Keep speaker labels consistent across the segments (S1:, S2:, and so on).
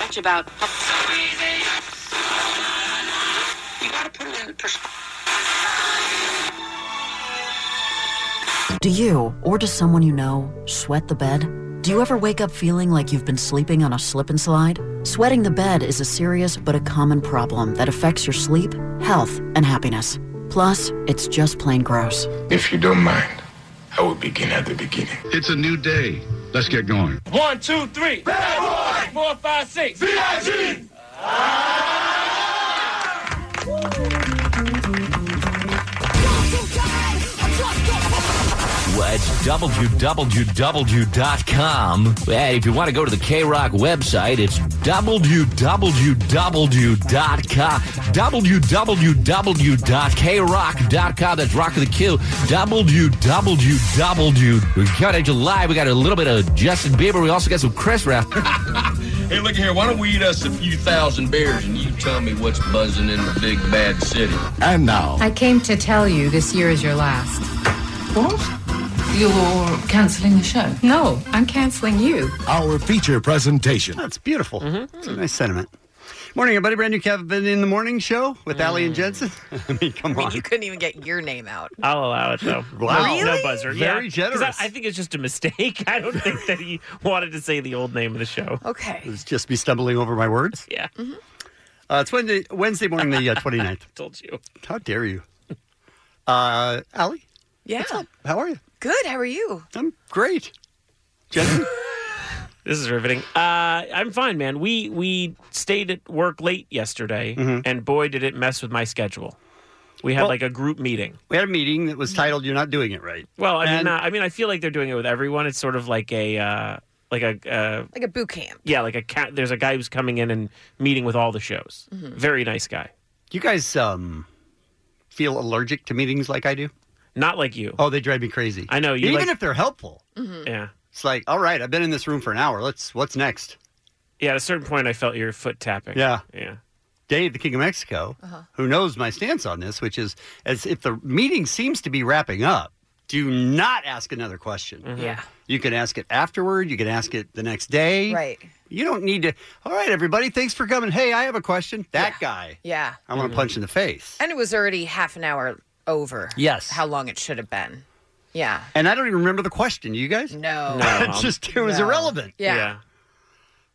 S1: much about. You gotta put it in perspective.
S2: Do you, or does someone you know, sweat the bed? Do you ever wake up feeling like you've been sleeping on a slip and slide? Sweating the bed is a serious but a common problem that affects your sleep, health, and happiness. Plus, it's just plain gross.
S3: If you don't mind, I will begin at the beginning.
S4: It's a new day. Let's get going.
S5: One, two, three. Bad boy. Four, five, six. VIG.
S6: Well, It's www.com. And if you want to go to the K Rock website, it's www.com. www.krock.com. That's Rock of the Kill. www. We got into live. We got a little bit of Justin Bieber. We also got some Chris Raff.
S7: Hey, look here. Why don't we eat us a few thousand beers and you tell me what's buzzing in the big bad city?
S4: And now,
S8: I came to tell you this year is your last. What? You're canceling the show? No, I'm canceling you.
S4: our feature presentation.
S9: That's beautiful. It's a nice sentiment. Morning, everybody. Brand new Kevin in the Morning Show with
S10: Mm.
S9: Allie and Jensen. I mean, come on.
S11: You couldn't even get your name out.
S10: I'll allow it though.
S9: Wow.
S10: No, no buzzer.
S9: Very
S10: yeah. 'Cause
S9: generous.
S10: I, I think it's just a mistake. I don't think that he wanted to say the old name of the show.
S11: Okay.
S9: It's just me stumbling over my words.
S10: Yeah,
S9: Uh, it's Wednesday, Wednesday morning, the uh, 29th.
S10: told you.
S9: How dare you? Uh, Allie,
S11: Yeah.
S9: how are you?
S11: Good. How are you?
S9: I'm great. Jensen?
S10: This is riveting. Uh, I'm fine, man. We we stayed at work late yesterday, and boy, did it mess with my schedule. We had
S9: Mm-hmm. Well-
S10: like a group meeting.
S9: we had a meeting that was titled "You're Not Doing It Right."
S10: Well, I mean,
S9: And-
S10: uh, I mean, I feel like they're doing it with everyone. It's sort of like a uh, like a uh,
S11: Like a boot camp.
S10: yeah, like a cat. There's a guy who's coming in and meeting with all the shows. Very nice guy.
S9: You guys um, feel allergic to meetings like I do?
S10: Not like you.
S9: Oh, they drive me crazy.
S10: I know, you
S9: Even
S10: like-
S9: if they're helpful,
S10: Yeah.
S9: it's like, all right, I've been in this room for an hour. Let's. What's next?
S10: Yeah, at a certain point, I felt your foot tapping.
S9: Yeah.
S10: Yeah.
S9: Dave, the King of Mexico,
S11: Uh-huh.
S9: who knows my stance on this, which is as if the meeting seems to be wrapping up, do not ask another question.
S11: Yeah.
S9: You can ask it afterward. You can ask it the next day.
S11: Right.
S9: You don't need to. All right, everybody, thanks for coming. Hey, I have a question. That guy,
S11: Yeah. Mm-hmm.
S9: I want to punch in the face.
S11: And it was already half an hour over.
S9: Yes.
S11: How long it should have been. Yeah.
S9: And I don't even remember the question. You guys?
S11: No.
S9: it's just it was
S11: No.
S9: irrelevant.
S11: Yeah.
S10: yeah.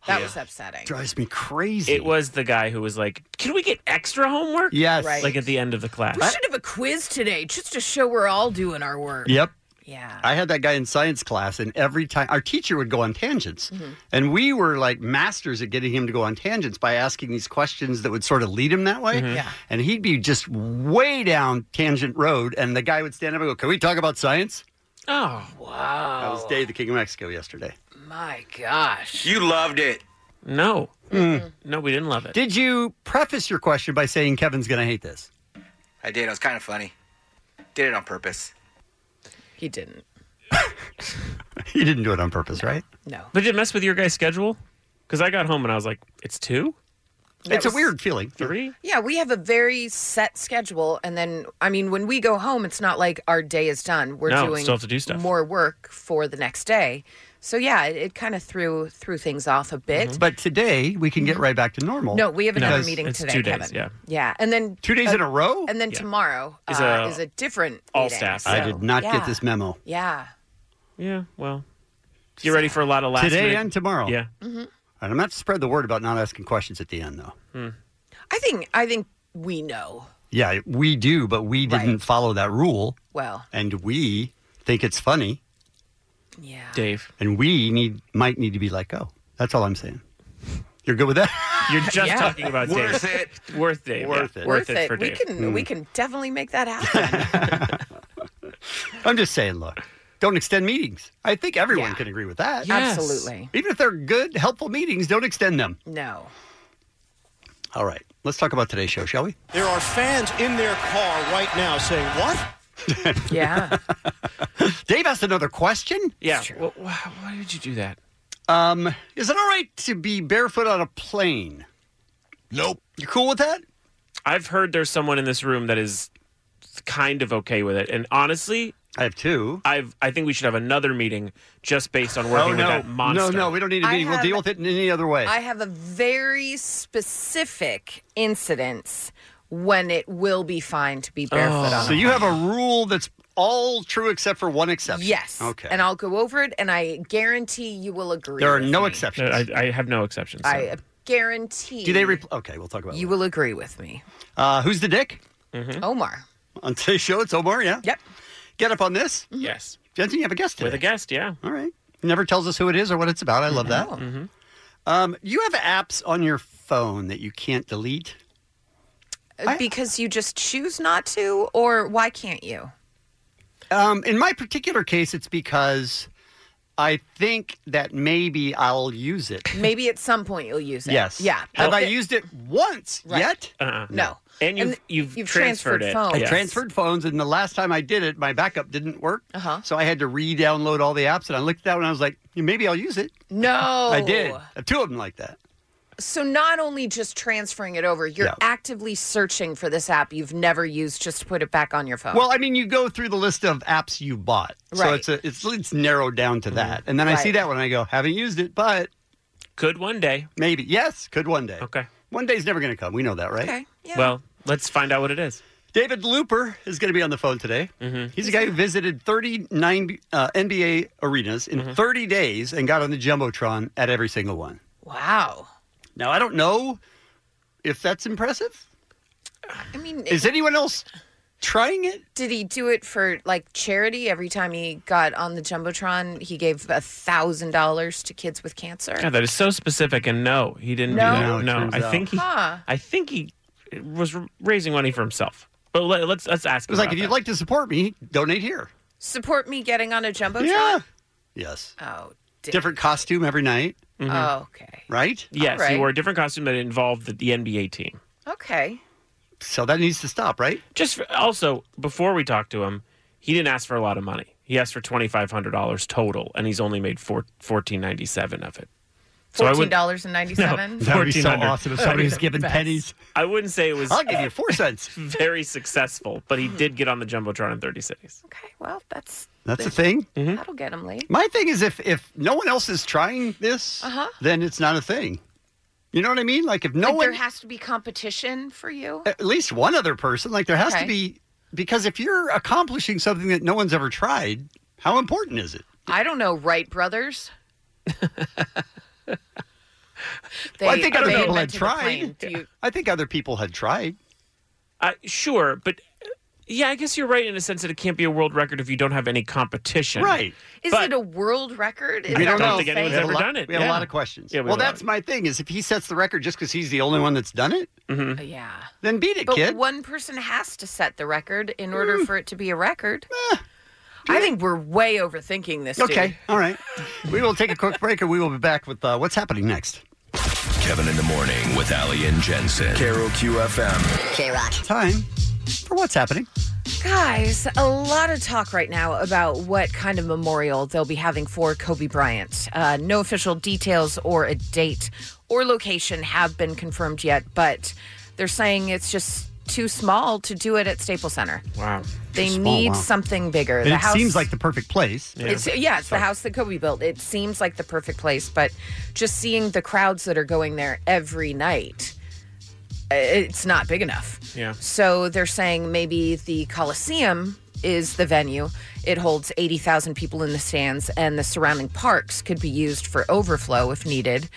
S11: That was upsetting.
S9: drives me crazy.
S10: It was the guy who was like, "Can we get extra homework?"
S9: Yes.
S11: Right.
S10: Like at the end of the class.
S11: We should have a quiz today just to show we're all doing our work.
S9: Yep.
S11: Yeah.
S9: I had that guy in science class, and every time our teacher would go on tangents,
S11: Mm-hmm.
S9: and we were like masters at getting him to go on tangents by asking these questions that would sort of lead him that way.
S10: Mm-hmm.
S11: Yeah.
S9: And he'd be just way down tangent road, and the guy would stand up and go, "Can we talk about science?"
S10: Oh,
S9: That was Dave, the King of Mexico, yesterday.
S11: My gosh.
S7: You loved it.
S10: no. No, we didn't love it.
S9: Mm-hmm. Did you preface your question by saying Kevin's going to hate this?
S7: I did. It was kind of funny. Did it on purpose.
S11: He didn't.
S9: you didn't do it on purpose, right?
S11: No.
S10: but did it mess with your guys' schedule? Because I got home and I was like, "It's two,
S11: That
S9: it's
S11: was-
S9: a weird feeling.
S10: three.
S11: Yeah, we have a very set schedule, and then I mean, when we go home, it's not like our day is done. We're
S10: No,
S11: doing
S10: still have to do stuff.
S11: more work for the next day. So yeah, it, it kind of threw threw things off a bit.
S10: Mm-hmm.
S9: But today we can get right back to normal.
S11: No, we have another
S9: Because
S11: meeting
S10: it's
S11: today,
S10: two days,
S11: Kevin.
S10: yeah.
S11: yeah, and then uh,
S9: Two days in a row.
S11: and then
S10: Yeah.
S11: tomorrow
S10: Is
S11: uh,
S10: a-
S11: is a different
S10: all
S11: meeting,
S10: staff.
S9: I
S11: so,
S9: did not
S11: yeah.
S9: get this memo
S11: Yeah,
S10: Yeah. Well, you ready for a lot of last
S9: today
S10: minute-
S9: and tomorrow.
S10: Yeah.
S11: Mm-hmm.
S9: And I'm not to spread the word about not asking questions at the end, though.
S11: I think I think we know
S9: Yeah, we do, but we
S11: Right.
S9: didn't follow that rule,
S11: well.
S9: and we think it's funny,
S11: Yeah,
S10: Dave,
S9: and we need might need to be let go. That's all I'm saying. You're good with that?
S10: you're just
S11: Yeah.
S10: talking about
S7: Worth
S10: Dave.
S7: it.
S10: Worth Dave.
S9: Worth
S10: yeah.
S9: it.
S10: Worth it for
S11: we
S10: Dave.
S9: Mm.
S11: can we can definitely make that happen.
S9: I'm Hmm. just saying. Look, Don't extend meetings. I think everyone can agree with that.
S11: Yes. Absolutely.
S9: Even if they're good, helpful meetings, don't extend them.
S11: No.
S9: All right. Let's talk about today's show, shall we?
S12: There are fans in their car right now saying, What?
S11: Yeah.
S9: Dave asked another question.
S10: Yeah. Well, why, why did you do that?
S9: Um, is it all right to be barefoot on a plane? Nope. You cool with that?
S10: I've heard there's someone in this room that is kind of okay with it, and honestly,
S9: I have two.
S10: I've I think we should have another meeting just based on working
S9: oh, no.
S10: with that monster.
S9: No, no, we don't need a
S11: I
S9: meeting. We'll
S11: have-
S9: deal with it in any other way.
S11: I have a very specific incidence when it will be fine to be barefoot
S10: Oh.
S11: on. a
S9: Oh. So you have
S11: plane.
S9: a rule that's all true except for one exception.
S11: yes.
S9: Okay.
S11: And I'll go over it, and I guarantee you will agree.
S9: there are
S11: with
S9: no
S11: me.
S9: exceptions.
S10: I, I have no exceptions.
S11: I guarantee.
S9: Do they? Re- okay, we'll talk about.
S11: You will agree with me,
S9: Uh, who's the dick?
S10: Mm-hmm.
S11: Omar.
S9: On today's show, it's Omar. Yeah.
S11: Yep. Mm-hmm.
S9: Get up on this.
S10: Yes.
S9: Jensen, you have a guest today.
S10: With a guest, yeah. Mm-hmm.
S9: All right. Never tells us who it is or what it's about. I love that.
S11: Oh.
S9: Um, you have apps on your phone that you can't delete.
S11: uh, because you just choose not to, or why can't you?
S9: Um, in my particular case, it's because I think that maybe I'll use it.
S11: Maybe at some point you'll use it.
S9: Yes.
S11: Yeah.
S9: Have
S11: but
S9: I
S11: the-
S9: used it once
S11: Right.
S9: yet?
S10: Uh-uh.
S11: No.
S10: And you've you've,
S11: you've
S10: transferred,
S11: transferred
S10: it.
S11: phones.
S9: I
S10: Yes.
S9: transferred phones, and the last time I did it, my backup didn't work. Uh-huh. So I had to re download all the apps, and I looked at that one and I was like, "Yeah, maybe I'll use it.
S11: No.
S9: I did. Two of them like that.
S11: So not only just transferring it over, you're
S9: Yeah.
S11: actively searching for this app you've never used just to put it back on your phone.
S9: Well, I mean, you go through the list of apps you bought. So
S11: Oh. Right. Mm.
S9: it's, a, it's, it's narrowed down to that. And then I see
S11: Right.
S9: that one and I go, haven't used it, but.
S10: Could one day.
S9: Maybe. Yes, could one day.
S10: Okay.
S9: One day's never going to come. We know that, right?
S11: Okay. Yeah.
S10: Well, let's find out what it is. Mm-hmm.
S9: David Looper is going to be on the phone today. He's a guy who visited 39 uh, NBA arenas
S10: Mm-hmm.
S9: in 30 days and got on the Jumbotron at every single one.
S11: wow.
S9: Now, I don't know if that's impressive.
S11: I mean,
S9: Is anyone else trying it?
S11: did he do it for like charity? Every time he got on the jumbotron, he gave a thousand dollars to kids with cancer.
S10: God, that is so specific. And no, he didn't
S11: No?
S10: do
S11: No,
S10: that.
S11: it
S10: No,
S11: turns
S10: I think
S11: out.
S10: he.
S11: Huh.
S10: I think he was raising money for himself. But let, let's let's ask.
S9: It was like, if you'd like to support me, donate here.
S11: Support me getting on a jumbotron.
S9: Yeah. Yes.
S11: Oh, Dick.
S9: Different costume every night,
S11: Oh, okay.
S9: right?
S10: Mm-hmm. Yes,
S11: All right.
S10: you wore a different costume that involved the, the NBA team.
S11: Okay.
S9: So that needs to stop, right?
S10: Just for, also before we talked to him, he didn't ask for a lot of money. He asked for twenty five hundred dollars total, and he's only made four, fourteen ninety seven of it. So I
S11: Fourteen
S10: wouldn't-
S11: dollars and ninety seven.
S10: No.
S9: That would be so
S10: 1400.
S9: awesome if somebody was giving
S10: Best.
S9: pennies.
S10: I wouldn't say it was
S9: I'll give you four cents.
S10: very successful, but he did get on the jumbotron in thirty cities.
S11: Okay. Well, that's
S9: That's the thing.
S10: Mm-hmm.
S11: that'll get him late.
S9: My thing is if if no one else is trying this,
S11: Uh-huh.
S9: then it's not a thing. You know what I mean? Like if no
S11: like
S9: one,
S11: there has to be competition for you.
S9: at least one other person, like there has
S11: Okay.
S9: to be because if you're accomplishing something that no one's ever tried, how important is it?
S11: I don't know, Wright brothers. they,
S9: Well, I think other
S11: they
S9: people
S11: invented
S9: had
S11: the plane.
S9: tried.
S11: Do you-
S9: I think other people had tried.
S10: Uh, sure, but yeah, I guess you're right in a sense that it can't be a world record if you don't have any competition.
S9: Right.
S11: Is
S10: But-
S11: it a world record? Is
S10: We
S11: that
S10: don't
S11: what
S10: know.
S11: you're
S10: think
S11: saying?
S9: We
S10: anyone's
S9: had a
S10: ever
S9: lot-
S10: done it,
S9: We had
S10: yeah.
S9: a lot of questions.
S10: Yeah, we
S9: well,
S10: had a lot
S9: that's my thing is if he sets the record just because he's the only one that's done it,
S10: Mm-hmm.
S11: Oh, Yeah.
S9: then beat it,
S11: But
S9: kid. Mm.
S11: one person has to set the record in order for it to be a record. I think we're way overthinking this.
S9: Eh. okay.
S11: dude.
S9: All right. we will take a quick break and we will be back with uh, what's happening next.
S7: Kevin in the Morning with Ali and Jensen. Carol QFM.
S9: K Rock. Time for what's happening.
S11: Guys, a lot of talk right now about what kind of memorial they'll be having for Kobe Bryant. Uh, no official details or a date or location have been confirmed yet, but they're saying it's just too small to do it at Staples Center.
S10: Wow.
S11: They
S9: Small,
S11: need
S9: wow.
S11: something bigger.
S9: And it seems like the perfect place.
S11: It's yeah, it's the house that Kobe built. It seems like the perfect place, but just seeing the crowds that are going there every night, uh, it's not big enough.
S10: Yeah.
S11: So they're saying maybe the Coliseum is the venue. It holds 80,000 people in the stands and the surrounding parks could be used for overflow if needed.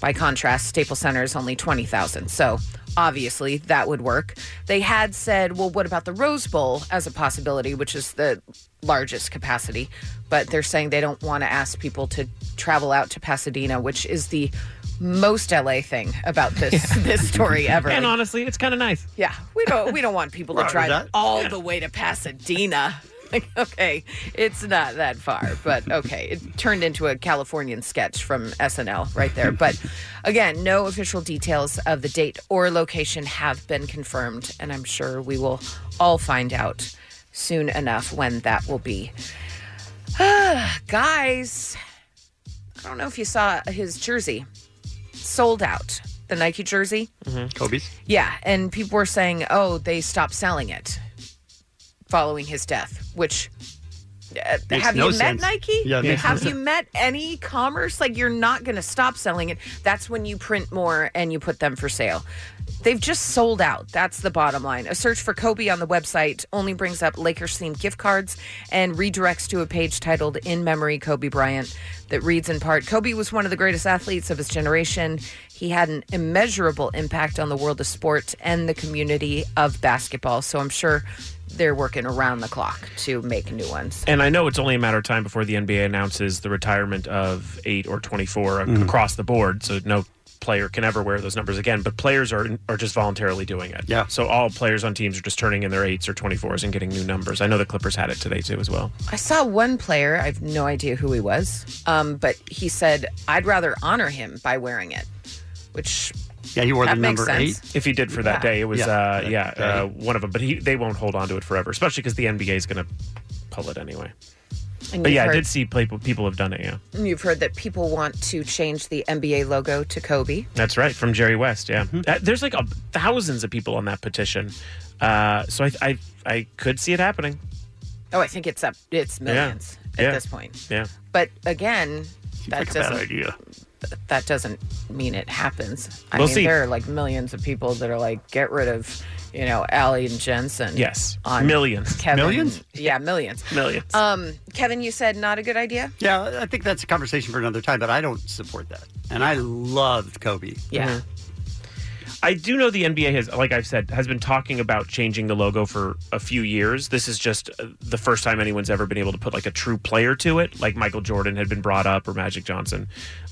S11: By contrast, Staples Center is only 20,000. So obviously that would work. They had said, well, what about the Rose Bowl as a possibility, which is the largest capacity? But they're saying they don't want to ask people to travel out to Pasadena, which is the most LA thing about this this story ever.
S10: And
S11: Like,
S10: honestly, it's kind of nice.
S11: yeah, we don't we don't want people to
S9: Right,
S11: drive
S9: that-
S11: all
S10: yeah.
S11: the way to Pasadena. Like, okay, it's not that far, but okay. It turned into a Californian sketch from SNL right there. But again, no official details of the date or location have been confirmed, and I'm sure we will all find out soon enough when that will be. Guys, I don't know if you saw his jersey sold out, the Nike jersey.
S10: Mm-hmm.
S9: Kobe's.
S11: Yeah, and people were saying, "Oh, they stopped selling it following his death," which uh,
S9: Makes
S11: have
S9: no
S11: you
S9: sense.
S11: met Nike?
S9: Yeah, it makes no
S11: have you
S9: sense.
S11: met any commerce? Like you're not going to stop selling it. That's when you print more and you put them for sale. They've just sold out. That's the bottom line. A search for Kobe on the website only brings up Lakers themed gift cards and redirects to a page titled In Memory Kobe Bryant that reads in part Kobe was one of the greatest athletes of his generation. He had an immeasurable impact on the world of sport and the community of basketball. So I'm sure they're working around the clock to make new ones.
S10: And I know it's only a matter of time before the NBA announces the retirement of eight or 24 ac-
S11: Mhm.
S10: across the board, so no player can ever wear those numbers again. But players are are just voluntarily doing it. Yeah. So all players on teams are just turning in their eights or 24s and getting new numbers. I know the Clippers had it today too as well.
S11: I saw one player, I have no idea who he was, um, but he said, I'd rather honor him by wearing it, which. that makes sense.
S10: If he did for that
S11: Yeah.
S10: day, it was
S11: Yeah.
S10: uh,
S11: That
S10: yeah uh,
S11: day.
S10: one of them. But he, they won't hold on to it forever, especially because the NBA is going to pull it anyway.
S11: And
S10: but
S11: you've
S10: yeah, I
S11: heard-
S10: did see people people have done it. Yeah,
S11: And You've heard that people want to change the NBA logo to Kobe.
S10: that's right from Jerry West. Yeah,
S11: Mm-hmm.
S10: Uh, there's like a, thousands of people on that petition, uh, so I, I I could see it happening.
S11: Oh, I think it's up. It's
S10: Yeah.
S11: millions at
S10: Yeah.
S11: this point.
S10: Yeah,
S11: But again, that
S10: like a bad
S11: doesn't
S10: idea.
S11: th- That doesn't mean it happens. I
S10: We'll
S11: mean,
S10: see.
S11: there are like millions of people that are like, get rid of, you know, Allie and Jensen.
S10: yes,
S11: on
S10: millions,
S11: Kevin. Yeah, millions.
S10: millions.
S9: Uh,
S11: Um, Kevin, you said not a good idea.
S9: Yeah, I think that's a conversation for another time, but I don't support that. And I loved Kobe.
S10: Mhm. I do know the NBA has, like I've said, has been talking about changing the logo for a few years. This is just uh, the first time anyone's ever been able to put like a true player to it, like Michael Jordan had been brought up or Magic Johnson.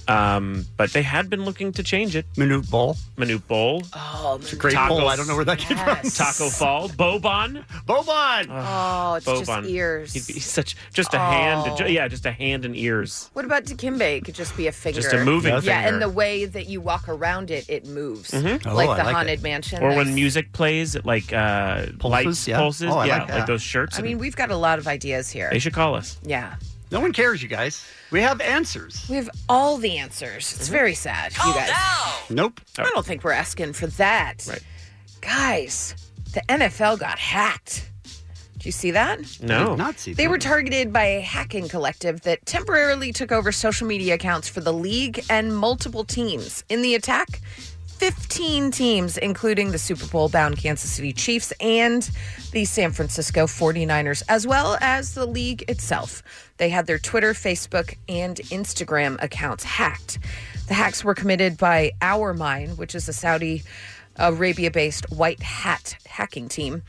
S10: Um, but they had been looking to change it.
S9: Manute Bowl.
S10: Manute Bowl.
S11: Oh,
S9: It's a great poll. I don't know where that came from.
S10: Taco Fall. Boban.
S9: Boban.
S11: Oh, it's just ears.
S10: He'd be he's such just a hand.
S11: Oh.
S10: ju- yeah, just a hand and ears.
S11: What about Dikembe? It could just be a finger.
S10: Just a moving
S11: yeah,
S10: finger.
S11: and the way that you walk around it, it moves.
S10: Mhm. Oh,
S11: Like
S10: I
S11: the
S10: like
S11: Haunted
S10: it.
S11: Mansion.
S10: Or
S11: there's-
S10: when music plays, it like uh, lights,
S9: yeah.
S10: pulses.
S9: Oh, I
S10: yeah,
S9: like
S10: like,
S9: that.
S10: those shirts.
S11: I
S10: and-
S11: mean, we've got a lot of ideas here.
S10: they should call us.
S11: Yeah.
S9: No one cares, you guys. We have answers.
S11: We have all the answers.
S10: Mm-hmm.
S11: It's very sad, you guys.
S9: Nope.
S11: I don't think we're asking for that.
S10: Right.
S11: Guys, the NFL got hacked. Did you see that?
S9: No. I did not see
S11: They
S9: that.
S11: were targeted by a hacking collective that temporarily took over social media accounts for the league and multiple teams. In the attack, 15 teams, including the Super Bowl bound Kansas City Chiefs and the San Francisco 49ers, as well as the league itself. They had their Twitter, Facebook, and Instagram accounts hacked. The hacks were committed by Our Mine, which is a Saudi Arabia based white hat hacking team.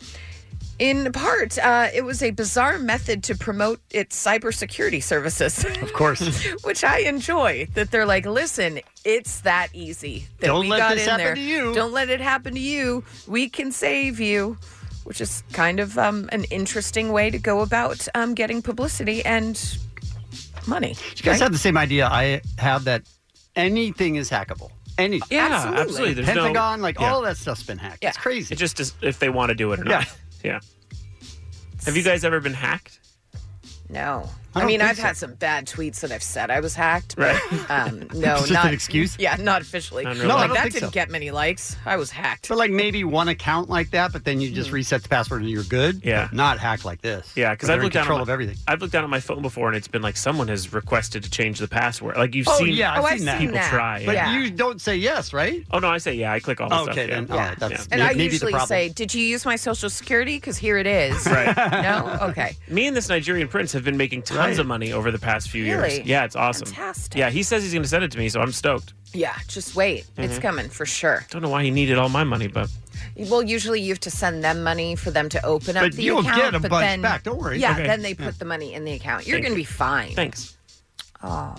S11: In part, uh, it was a bizarre method to promote its cybersecurity services. Of
S9: course.
S11: Which I enjoy that they're like, listen, it's that easy. That
S9: Don't
S11: we
S9: let
S11: got
S9: this
S11: in
S9: happen
S11: there.
S9: to you."
S11: Don't let it happen to you. We can save you, which is kind of um, an interesting way to go about um, getting publicity and money.
S9: You guys
S11: right?
S9: have the same idea I have that anything is hackable. Anything.
S10: Yeah, absolutely. absolutely. There's no-
S9: Pentagon, like
S10: Yeah.
S9: all that stuff's been hacked. It's crazy.
S10: It just is if they want to do it or not. Yeah. Have you guys ever been hacked?
S11: No. I,
S10: I don't
S11: mean,
S10: think
S11: I've
S10: so.
S11: had some bad tweets that I've said I was hacked,
S10: Right.
S11: but um, no,
S9: It's just
S11: not
S9: an excuse?
S11: Yeah, not officially.
S9: Not really.
S11: no,
S9: No, I
S11: like,
S9: don't
S11: that
S9: think
S11: didn't
S9: so.
S11: get many likes. I was hacked.
S9: But like maybe one account like that, but then you just
S11: Hmm.
S9: reset the password and you're good.
S10: Yeah.
S9: But not hacked like this.
S10: Yeah, because
S9: Where
S10: I've
S9: they're in
S10: looked down
S9: control
S10: on my,
S9: of everything.
S10: I've looked down at my phone before, and it's been like someone has requested to change the password. Like you've
S9: oh
S10: seen,
S9: yeah, I've seen that.
S10: people try.
S9: But
S10: yeah.
S9: you don't say yes, right?
S10: oh no, I say yeah. I click all the stuff.
S9: Okay,
S10: yeah.
S9: then. All right, that's-
S11: and I usually say, "Did you use my social security? Because here it is."
S10: Right.
S11: no. Okay.
S10: Me and this Nigerian prince have been making tons
S11: Right.
S10: of money over the past few
S11: Really?
S10: years. Yeah, it's awesome.
S11: Fantastic.
S10: Yeah, he says he's going to send it to me, so I'm stoked.
S11: Yeah. Just wait. It's
S10: Mhm.
S11: coming for sure.
S10: Don't know why he needed all my money, but
S11: Well, usually you have to send them money for them to open up
S10: But
S11: the
S10: you'll
S11: account.
S10: get a
S11: but
S10: bunch
S11: then,
S10: back, don't worry.
S11: Yeah.
S10: Okay.
S11: Then they put
S10: Yeah.
S11: the money in the account. You're
S10: Thank
S11: going to be
S10: you.
S11: fine.
S10: Thanks.
S11: Oh.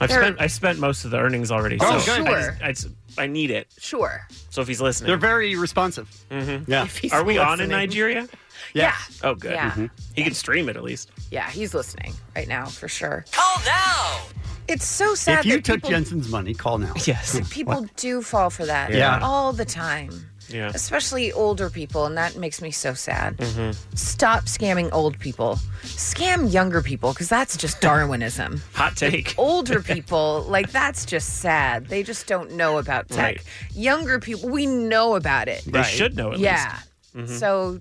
S10: I've
S11: They're-
S10: spent I spent most of the earnings already.
S11: Oh,
S10: so
S11: good.
S10: I,
S11: Sure.
S10: just- I just- I need it.
S11: Sure.
S10: So if he's listening,
S9: They're very responsive. Mm-hmm. Yeah.
S11: he's
S10: Are we on in
S11: listening.
S10: Nigeria?
S11: Yeah.
S10: Oh, good.
S11: Yeah.
S9: Mm-hmm.
S11: Mhm.
S10: He can stream it at least.
S11: Yeah, he's listening right now for sure.
S13: Call now.
S11: It's so sad
S9: if you
S11: that
S9: took
S11: people,
S9: Jensen's money, call now. Hmm.
S10: Yes.
S11: people do fall for that
S9: Yeah.
S11: all the time.
S9: Yeah.
S11: Especially older people, and that makes me so sad.
S10: Mm-hmm.
S9: Mhm.
S11: Stop scamming old people. Scam younger people, because that's just Darwinism.
S10: Hot take.
S11: older people, like that's just sad. They just don't know about tech.
S10: Right.
S11: Younger people, we know about it.
S9: They Right. should know at
S11: yeah.
S9: least. Mhm.
S11: So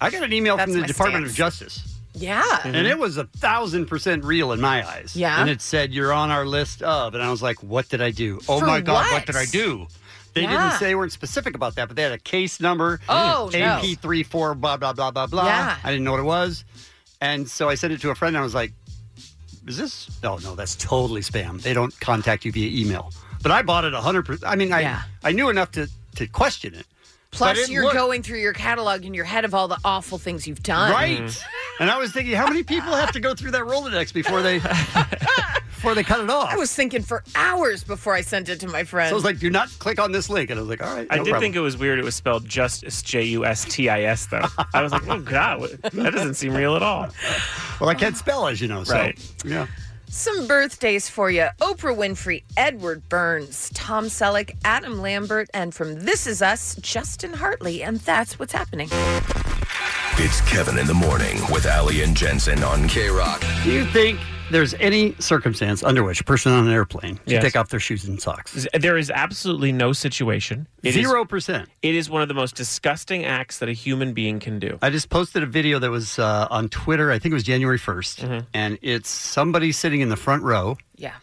S9: I got an email
S11: That's
S9: from the
S11: my
S9: Department of
S11: stance.
S9: Justice.
S11: yeah.
S9: And it was a thousand percent real in my eyes.
S11: Yeah.
S9: And it said, You're on our list of. And I was like, What did I do? Oh
S11: For
S9: my God,
S11: what?
S9: what did I do? They
S11: Yeah.
S9: didn't say they weren't specific about that, but they had a case number.
S11: Oh, no.
S9: AP34, blah, blah, blah, blah, blah.
S11: Yeah.
S9: I didn't know what it was. And so I sent it to a friend and I was like, Is this? No, no, that's totally spam. They don't contact you via email. But I bought it 100%. I mean, I, I knew enough to, to question it. But
S11: Plus,
S9: it
S11: you're
S9: looked-
S11: going through your catalog in your head of all the awful things you've done.
S9: Right.
S10: Mm.
S9: And I was thinking, how many people have to go through that Rolodex before they before they cut it off?
S11: I was thinking for hours before I sent it to my friend.
S9: so I was like, do not click on this link. And I was like, all right.
S10: I
S9: no
S10: did
S9: problem.
S10: think it was weird. It was spelled justice, J U S T I S, though. I was like, oh god, what- that doesn't seem real at all.
S9: Well, I can't spell, as you know. So,
S10: Right.
S9: Yeah.
S11: Some birthdays for you Oprah Winfrey, Edward Burns, Tom Selleck, Adam Lambert, and from This Is Us, Justin Hartley. And that's what's happening.
S7: It's Kevin in the Morning with Ali and Jensen on K Rock.
S9: Do you think there's any circumstance under which a person on an airplane should
S10: Yes.
S9: take off their shoes and socks?
S10: There is absolutely no situation. It is-
S9: Zero percent.
S10: It is one of the most disgusting acts that a human being can do.
S9: I just posted a video that was uh, on Twitter. I think it was January 1st.
S10: Mm-hmm.
S9: And it's somebody sitting in the front row
S11: Yeah.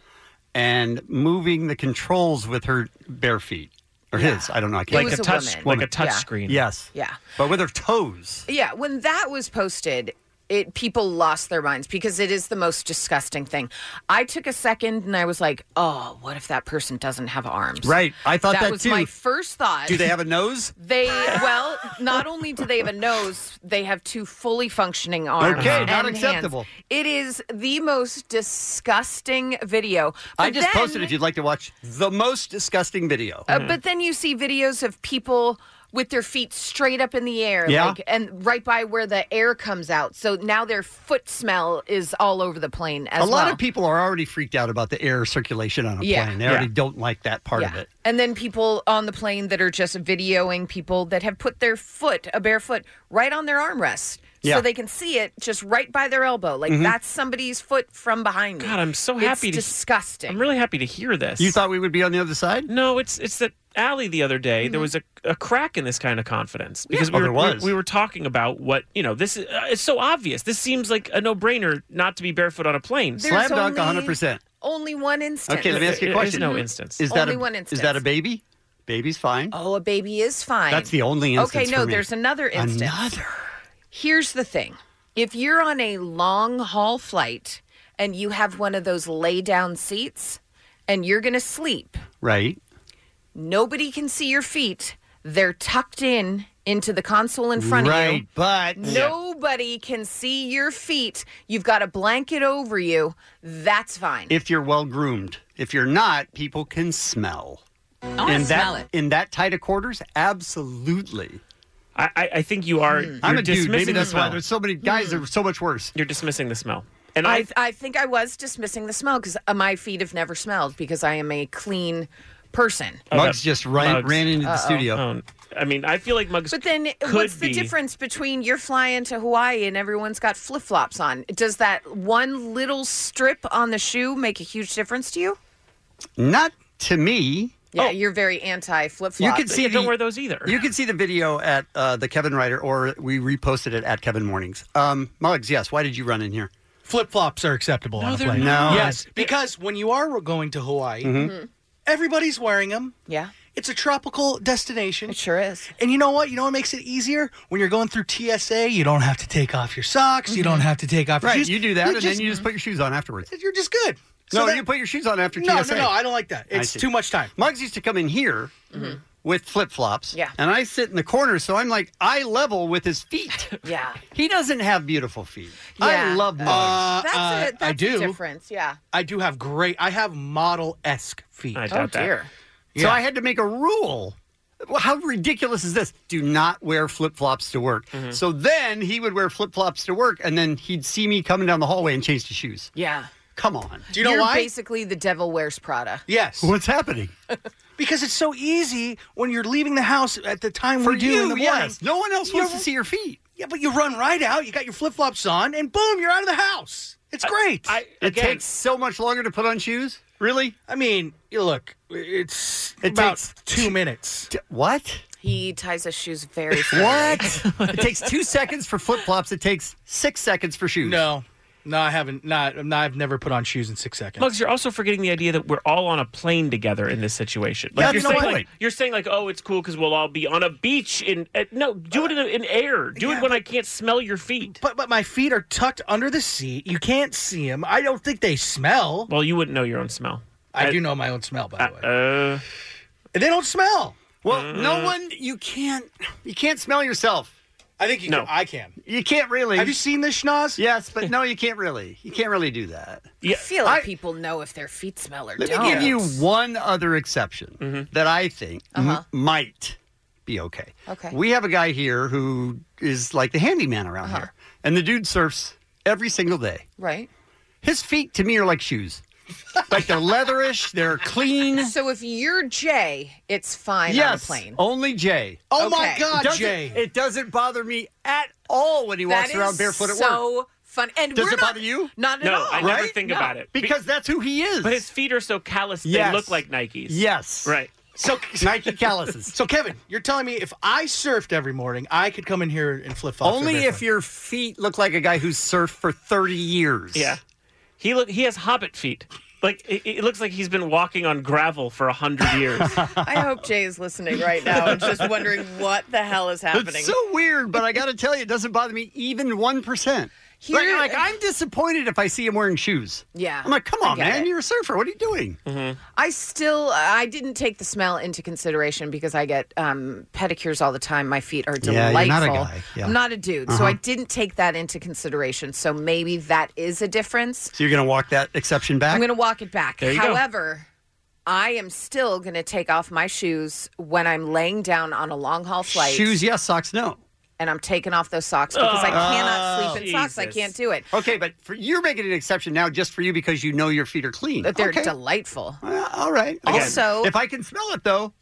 S9: and moving the controls with her bare feet or his. I don't know. I can't
S10: Like It a was a touch- woman. like a touch
S11: Yeah.
S10: screen.
S9: Yes.
S11: Yeah.
S9: But with her toes.
S11: Yeah, when that was posted, it people lost their minds because it is the most disgusting thing. I took a second and I was like, "Oh, what if that person doesn't have arms?"
S9: Right. I thought that,
S11: was
S9: too.
S11: my first thought.
S9: Do they have a nose?
S11: They well, not only do they have a nose, they have two fully functioning arms.
S9: Okay, not
S11: and hands.
S9: acceptable.
S11: It is the most disgusting video.
S9: I
S11: But
S9: just
S11: then-
S9: posted if you'd like to watch the most disgusting video.
S11: uh, but then you see videos of people with their feet straight up in the air,
S9: Yeah.
S11: like and right by where the air comes out. So now their foot smell is all over the plane as
S9: a lot
S11: well.
S9: of people are already freaked out about the air circulation on a
S11: Yeah.
S9: plane. They
S11: Yeah.
S9: already don't like that part of
S11: Yeah.
S9: it.
S11: And then people on the plane that are just videoing people that have put their foot, a bare foot, right on their armrest.
S10: Yeah.
S11: So they can see it just right by their elbow. Like
S9: Mm-hmm.
S10: Mhm.
S11: that's somebody's foot from behind me.
S10: God, I'm so
S11: It's
S10: happy. to,
S11: disgusting.
S10: I'm really happy to hear this.
S9: You thought we would be on the other side?
S10: No, it's it's that Allie the other day.
S11: Mm-hmm.
S10: There was a, a crack in this kind of confidence because
S9: Yeah.
S10: we,
S9: Oh,
S10: were,
S9: there was.
S10: We, we were talking about what you know. This is uh, it's so obvious. This seems like a no brainer not to be barefoot on a plane.
S11: There's only- Only one instance.
S9: Okay, let me ask you a
S10: There is
S9: question.
S10: no instance.
S9: Is that
S11: Only
S9: a,
S11: one
S9: Is that a
S11: instance.
S9: baby? Baby's fine.
S11: Oh, a baby is fine.
S9: That's the only instance
S11: Okay, no,
S9: for me.
S11: there's another instance.
S9: Another.
S11: Here's the thing if you're on a long haul flight and you have one of those lay down seats and you're going to sleep,
S9: Right.
S11: nobody can see your feet. They're tucked in into the console in front of you.
S9: Right, but-
S11: nobody can see your feet. You've got a blanket over you. That's fine.
S9: If you're well groomed. If you're not, people can smell.
S11: wanna
S9: in
S11: Oh, smell
S9: that
S11: it.
S9: in that tight of quarters, absolutely.
S10: I, I, I think you are.
S9: I'm
S10: you're
S9: a dude. Maybe
S10: dismissing the
S9: that's why
S10: smell.
S9: there's so many guys are so much worse.
S10: You're dismissing the smell. And
S11: Mm-hmm. I,
S10: I,
S11: I, think I was dismissing the smell because my feet have never smelled because I am a clean person.
S9: Muggs just ran,
S10: Muggs.
S9: ran into the
S11: Uh-oh.
S9: studio.
S10: Um, I mean, I feel like Muggs.
S11: But then, uh,
S10: could
S11: what's the
S10: be-
S11: difference between you're flying to Hawaii and everyone's got flip flops on? Does that one little strip on the shoe make a huge difference to you?
S9: Not to me.
S11: Yeah,
S10: Oh.
S11: you're very anti flip flop.
S9: You can see the-
S10: those either.
S9: You can see the video at uh, the Kevin Ryder, or we reposted it at Kevin Mornings. Um, Muggs, yes. Why did you run in here?
S14: Flip flops are acceptable on a
S9: they're
S14: plane.
S9: not.
S14: Yes, because when you are going to Hawaii,
S9: Mhm. Mhm.
S14: everybody's wearing them.
S11: Yeah.
S14: It's a tropical destination. It
S11: sure is.
S14: And you know what? You know what makes it easier? When you're going through TSA, you don't have to take off your socks. You don't have to take off your
S9: Mm-hmm. Right,
S14: shoes.
S9: you do that, and then you just put your shoes on afterwards.
S14: You're just good.
S9: no,
S14: So that-
S9: you put your shoes on after
S14: No, no,
S9: TSA.
S14: no, I don't like that. It's too much time.
S9: Muggs used to come in here with flip flops.
S11: Mm-hmm. Yeah.
S9: And I sit in the corner, so I'm like eye level with his feet.
S11: yeah.
S9: He doesn't have beautiful feet.
S11: Yeah.
S9: I love mugs.
S14: Uh,
S11: that's
S14: uh,
S11: a, that's
S14: I
S11: a
S14: do.
S11: difference. Yeah.
S14: I do have great. I have model esque feet.
S9: I doubt that. Oh, dear. So I had to make a rule. Well, how ridiculous is this? Do not wear flip flops to work. So then he would wear flip flops to work, and then he'd see me coming down the hallway and change the shoes.
S11: Yeah.
S9: Come on.
S11: You're Basically, the devil wears Prada.
S14: Yes.
S9: What's happening?
S14: because it's so easy when you're leaving the house at the time
S9: For
S14: we do
S9: you,
S14: in the morning.
S9: yes. No one else wants to see your feet.
S14: Yeah, but you run right out. You got your flip flops on, and boom, you're out of the house. It's great.
S9: it takes so much longer to put on shoes. Really?
S14: I mean, you look. It's
S9: It
S14: about
S9: takes-
S14: two minutes.
S9: What?
S11: He ties his shoes very.
S9: What? it takes two seconds for flip flops. It takes six seconds for shoes.
S14: No, no, I haven't. Not. no, I've never put on shoes in six seconds.
S10: Mugs, you're also forgetting the idea that we're all on a plane together in this situation.
S14: Yeah,
S10: you're
S14: no,
S10: saying,
S14: I-
S10: like you're saying, like, oh, it's cool because we'll all be on a beach. In uh, no, do it in, in air. Do it when I can't smell your feet.
S14: But but my feet are tucked under the seat. You can't see them. I don't think they smell.
S10: Well, you wouldn't know your own smell.
S14: I, do know my own smell, by the way.
S10: Uh,
S14: They don't smell.
S9: Well, no one. You can't. You can't smell yourself.
S14: I think you.
S9: No.
S14: Can, I can.
S9: You can't really.
S14: Have you seen this schnoz?
S9: Yes, but no, you can't really. You can't really do that.
S11: I feel like people know if their feet smell or
S9: Let
S11: don't. Mm-hmm.
S9: me give you one other exception that I think m-
S11: Uh-huh.
S9: might be okay.
S11: Okay.
S9: We have a guy here who is like the handyman around
S11: Uh-huh.
S9: here, and the dude surfs every single day.
S11: Right.
S9: His feet to me are like shoes. like they're leatherish, they're clean.
S11: So if you're Jay, it's fine on a
S9: yes,
S11: plane.
S9: only Jay.
S11: Oh my Okay. God,
S9: Doesn't-
S11: Jay.
S9: It doesn't bother me at all when he walks
S11: That
S9: around
S11: is
S9: barefoot at work.
S11: so fun. And
S9: Does
S11: we're
S9: it
S11: not-
S9: bother you?
S11: Not at
S10: no,
S11: all.
S10: I never
S9: right?
S10: think
S9: No.
S10: about it
S9: Because that's who he is.
S10: But his feet are so callous;
S9: Yes.
S10: they look like Nikes.
S9: Yes.
S10: right.
S14: So
S9: Nike calluses.
S14: So Kevin, you're telling me if I surfed every morning, I could come in here and flip flops.
S9: Only if your feet look like a guy who's surfed for 30 years.
S10: Yeah, he look he has hobbit feet. Like it, it looks like he's been walking on gravel for a hundred years.
S11: I hope Jay is listening right now and just wondering what the hell is happening.
S9: It's so weird, but I got to tell you, it doesn't bother me even 1%. Like,
S11: Here- uh,
S9: like, I'm disappointed if I see him wearing shoes.
S11: Yeah,
S9: I'm like, come
S11: I
S9: on,
S11: get
S9: man.
S11: it. Mm-hmm.
S9: You're a surfer. What are you doing?
S11: I still I didn't take the smell into consideration because I get um, pedicures all the time. My feet are delightful.
S9: Yeah, you're not a guy. Yeah.
S11: I'm not a dude, so
S9: Uh-huh.
S11: I didn't take that into consideration. So maybe that is a difference.
S9: So you're going to walk that exception back?
S11: I'm going to walk it back.
S9: There you go.
S11: However, I am still going to take off my shoes when I'm laying down on a long haul flight.
S9: Shoes, yes. Socks, no.
S11: And I'm taking off those socks because I cannot
S9: Oh.
S11: sleep in socks. I
S9: Jesus.
S11: can't do it.
S9: Okay, but for, you're making an exception now just for you because you know your feet are clean.
S11: But they're
S9: Okay.
S11: delightful.
S9: Uh, all right.
S11: Again. Also-
S9: if I can smell it though,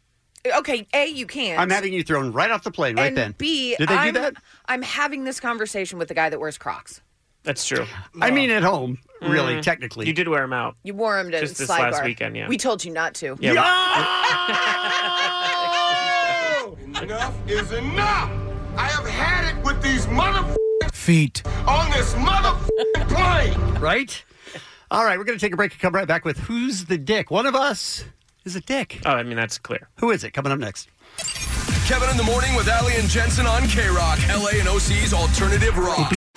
S11: Okay, A, you can.
S9: I'm having you thrown right off the plane right
S11: and
S9: then.
S11: B,
S9: did they
S11: I'm-
S9: do that?
S11: I'm having this conversation with the guy that wears Crocs.
S10: That's true.
S9: I mean, at home, really,
S10: Mm.
S9: technically.
S10: You did wear them out.
S11: You wore him to
S10: Just this
S11: slide
S10: last
S11: bar.
S10: weekend, yeah.
S11: We told you not to.
S10: Yeah, we-
S5: enough is enough. I have had it with these mother
S14: feet
S5: on this mother plane.
S9: Right? All right, we're going to take a break and come right back with Who's the Dick? One of us is a dick.
S10: Oh, I mean, that's clear.
S9: Who is it? Coming up next.
S7: Kevin in the morning with Ali and Jensen on K Rock, LA and OC's alternative rock.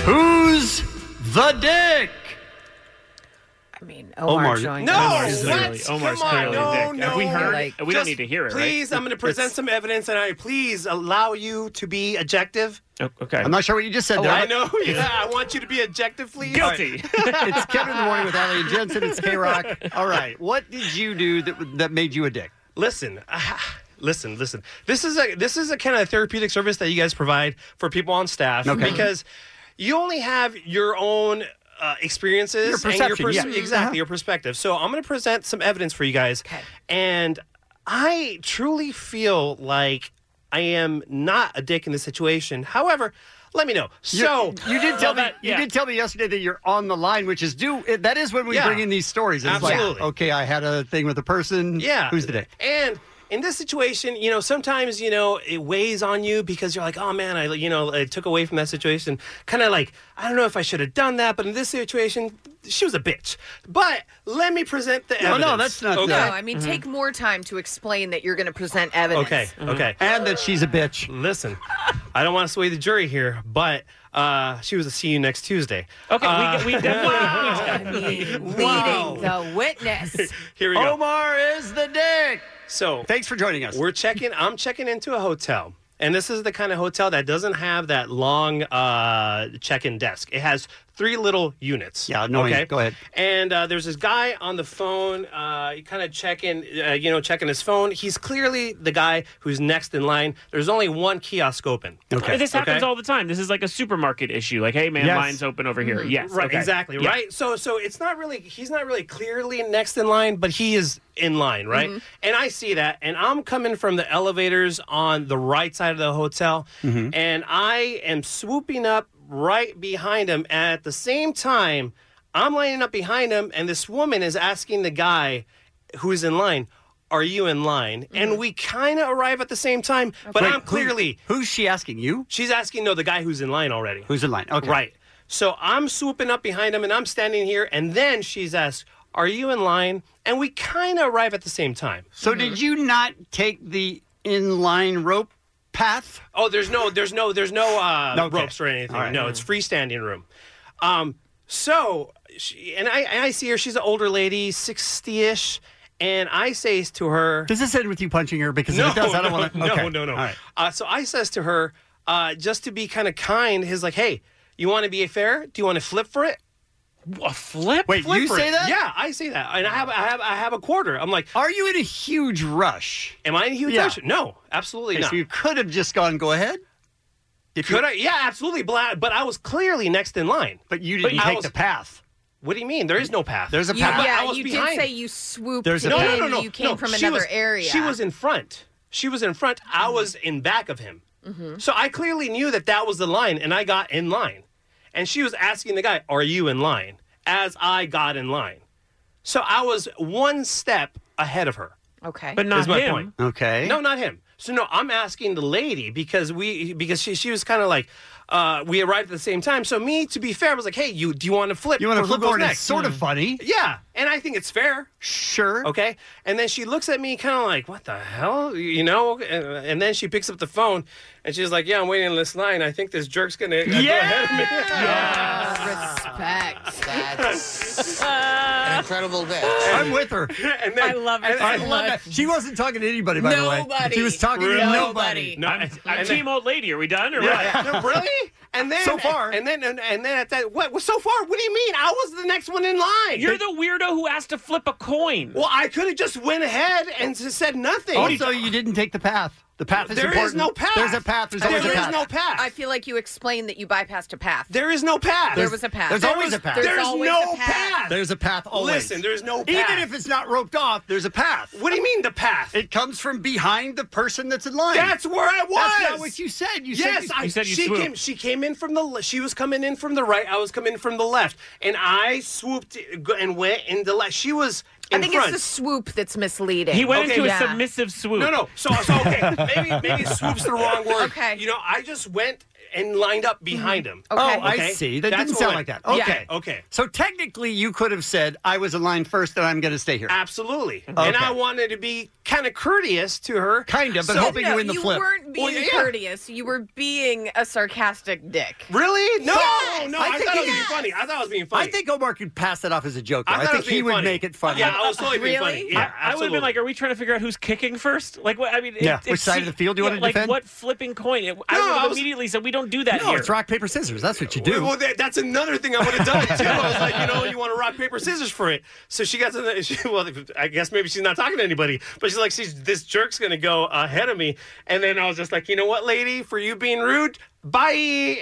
S9: Who's the dick?
S11: I mean,
S9: Omar Omar-
S11: joined.
S9: No,
S10: Omar's
S9: what?
S10: clearly, Omar's
S9: Come on,
S10: clearly
S9: no,
S10: a dick. Have
S9: no.
S10: we heard?
S9: Like,
S10: we don't
S9: just
S10: need to hear it.
S13: Please,
S10: right?
S13: I'm going to present some evidence, and I please allow you to be objective.
S10: Oh, okay.
S9: I'm not sure what you just said
S13: Oh,
S9: there.
S13: I
S9: but-
S13: know. Yeah, I want you to be objective, please.
S10: Guilty.
S9: it's Kevin in the morning with Ali and Jensen. It's K Rock. All right. What did you do that, that made you a dick?
S13: Listen, ah, listen, listen. This is a this is a kind of therapeutic service that you guys provide for people on staff
S9: Okay.
S13: because you only have your own. Uh, experiences
S9: Your
S13: and
S9: perception,
S13: your
S9: yeah.
S13: exactly
S9: Uh-huh.
S13: your perspective. So I'm going to present some evidence for you guys, and I truly feel like I am not a dick in this situation. However, let me know.
S9: You-
S13: So
S9: you, did tell
S13: Well,
S9: me
S13: that-
S9: you
S13: yeah.
S9: did tell me yesterday that you're on the line, which is due. it- That is when we
S13: Yeah.
S9: bring in these stories. It's
S13: Absolutely.
S9: like, okay, I had a thing with a person.
S13: Yeah.
S9: Who's the dick?
S13: And in this situation, you know, sometimes you know it weighs on you because you're like, oh man, I you know I took away from that situation. Kind of like I don't know if I should have done that, but in this situation, she was a bitch. But let me present the
S9: No,
S13: evidence.
S9: no, that's not
S13: Okay.
S9: the-
S11: No, I mean, take more time to explain that you're going to present evidence.
S13: Okay,
S10: Mm-hmm.
S13: okay.
S9: And that she's a bitch.
S13: Listen, I don't want to sway the jury here, but uh, she was a see you next Tuesday.
S10: Okay, we-
S13: Uh,
S10: we
S13: definitely.
S11: Leading the witness.
S13: here we go.
S9: Omar is the dick.
S13: So
S9: thanks for joining us.
S13: We're checking. I'm checking into a hotel, and this is the kind of hotel that doesn't have that long uh, check-in desk. It has three little units.
S9: Yeah, annoying. Go ahead.
S13: And uh, there's this guy on the phone, uh, kind of checking, uh, you know, checking his phone. He's clearly the guy who's next in line. There's only one kiosk open.
S10: This happens all the time. This is like a supermarket issue. Like, hey, man,
S13: Yes. Mm-hmm.
S10: mine's open over here. Yes.
S13: Right.
S10: okay.
S13: Exactly.
S10: Yeah.
S13: Right. So so it's not really he's not really clearly next in line, but he is in line, right?
S10: Mhm.
S13: And I see that, and I'm coming from the elevators on the right side of the hotel,
S10: Mhm.
S13: and I am swooping up right behind him. And at the same time, I'm lining up behind him, and this woman is asking the guy who's in line. Are you in line?
S10: Mm-hmm.
S13: And we kind of arrive at the same time, but
S9: Wait,
S13: I'm
S9: who-
S13: clearly.
S9: who's she asking? You?
S13: She's asking, no, the guy who's in line already.
S9: Who's in line? Okay.
S13: Right. So I'm swooping up behind him and I'm standing here, and then she's asked, Are you in line? And we kind of arrive at the same time. Mm-hmm.
S9: So did you not take the inline rope path?
S13: Oh, there's no, there's no, there's no uh,
S9: Okay.
S13: ropes or anything.
S9: All right.
S13: No, it's freestanding room. Um, so, she, and I, and I see her. She's an older lady, sixty-ish, and I say to her,
S9: Does this end with you punching her? Because
S13: no,
S9: if it does, I don't
S13: no,
S9: want to.
S13: No, no, no. Uh, so I says to her, uh, just to be kind of kind, he's like, "Hey, you want to be fair? Do you want to flip for it?"
S10: A flip?
S13: Wait,
S9: you say that?
S13: Yeah, I say that, and I have, I have, I have a quarter. I'm like,
S9: "Are you in a huge rush?
S13: Am I in a huge
S9: Yeah.
S13: rush? No, absolutely
S9: Okay,
S13: not.
S9: so you could have just gone. Go ahead. If you-
S13: Could I? Yeah, absolutely. But I, but I was clearly next in line.
S9: But you didn't
S13: I
S9: take
S13: was-
S9: the path.
S13: What do you mean? There is no path.
S9: There's a
S11: You,
S9: path.
S13: but
S11: yeah,
S13: I was
S11: you
S13: behind.
S11: did say you swooped
S13: There's a
S11: in.
S13: path. No, no, no,
S11: You came
S13: no,
S11: from
S13: she
S11: another
S13: was-
S11: area. Mm-hmm.
S13: She was in front. She was in front. I was in back of him. So I clearly knew that that was the line, and I got in line. And she was asking the guy, "Are you in line?" As I got in line, so I was one step ahead of her.
S11: Okay,
S13: is my point.
S9: Okay.
S13: No, not him. So no, I'm asking the lady because we because she she was kind of like. Uh, we arrived at the same time, so me, to be fair, was like, "Hey, you, do you want to flip?
S9: You want
S13: or
S9: to
S13: who
S9: flip
S13: goes
S9: over? It's
S13: next?"
S9: sort
S11: Hmm. Mm-hmm.
S9: of funny.
S13: Yeah, and I think it's fair.
S9: Sure.
S13: Okay. And then she looks at me, kind of like, "What the hell?" You know. And, and then she picks up the phone, and she's like, "Yeah, I'm waiting in this line. I think this jerk's gonna uh, go ahead of me."
S11: respect.
S13: That's
S11: an
S13: incredible day.
S9: I'm with her.
S13: Uh, And then, I love
S9: And I love that. She wasn't talking to anybody, by the way.
S13: Nobody.
S9: She was talking to
S13: Really?
S9: nobody.
S13: No, I'm-
S10: I'm
S13: And
S10: team
S13: then-
S10: old lady. Are we done? Or
S13: Yeah.
S10: what?
S13: really? And then so far, and then and, and then at that what? Well, so far, what do you mean? I was the next one in line.
S10: You're the weirdo who asked to flip a coin.
S13: Well, I could have just went ahead and just said nothing.
S9: Also, you didn't take the path. The path is
S13: There is
S9: important.
S13: no path.
S9: There's a path. There's
S13: There
S9: always a
S13: is
S9: path.
S13: no path.
S11: I feel like you explained that you bypassed a path.
S13: There is no path.
S11: There was a path.
S9: There's
S11: There
S9: always
S11: was-
S9: a path.
S11: there's There's always
S13: no a path. path.
S9: There's a path always.
S13: Listen, there's no
S9: Even
S13: path.
S9: if it's not roped off, there's a path.
S13: What do you mean the path?
S9: It comes from behind the person that's in line.
S13: That's where I was.
S9: That's not what you said. You
S13: yes,
S9: said
S13: I, she came. She came in from the. le- She was coming in from the right. I was coming from the left, and I swooped and went in the left. She was.
S11: I
S13: in
S11: think
S13: front.
S11: it's the swoop that's misleading.
S10: He went
S13: Okay,
S10: into
S13: yeah.
S10: a submissive swoop.
S13: No, no. So, so okay, maybe maybe swoop's the wrong word.
S11: Okay. Mm-hmm.
S13: You know, I just went and lined up behind him.
S9: Oh, I see. That
S13: That's
S9: didn't
S13: what
S9: sound
S13: I-
S9: like that. Okay.
S13: Yeah, Okay.
S9: So technically, you could have said, "I was in line first, and I'm going to stay here."
S13: Absolutely.
S9: Okay.
S13: And I wanted to be kind of courteous to her.
S9: Kind of, but
S13: So-
S9: hoping you win the
S11: you
S9: flip.
S11: weren't being
S13: Well, yeah.
S11: courteous. You were being a sarcastic dick.
S13: Really? No,
S11: Yes.
S13: no.
S11: I
S13: I,
S11: think
S13: thought it was
S11: he-
S13: being funny. I thought it was being funny.
S9: I think Omar could pass that off as a joke. though.
S13: I
S9: I,
S13: thought it
S9: think
S13: was being
S9: he would
S13: funny.
S9: make it funny.
S13: Yeah, I was totally being funny. Yeah,
S10: I- I, would have
S13: absolutely.
S10: been like, "Are we trying to figure out who's kicking first? Like, what? I mean,
S9: Yeah. Which side of the field do you
S10: yeah,
S9: want to
S10: like,
S9: defend?
S10: What flipping coin? It, I
S13: No,
S10: would
S13: I
S10: have
S13: was-
S10: immediately said, "We don't do that
S9: no,
S10: here."
S9: it's rock paper scissors. That's what you do.
S13: Well, that, that's another thing I would have done too. I was like, you know, you want to rock paper scissors for it. So she got to the. She, well, I guess maybe she's not talking to anybody, but she's like, she's this jerk's gonna go ahead of me. And then I was just like, you know what, lady, for you being rude, bye.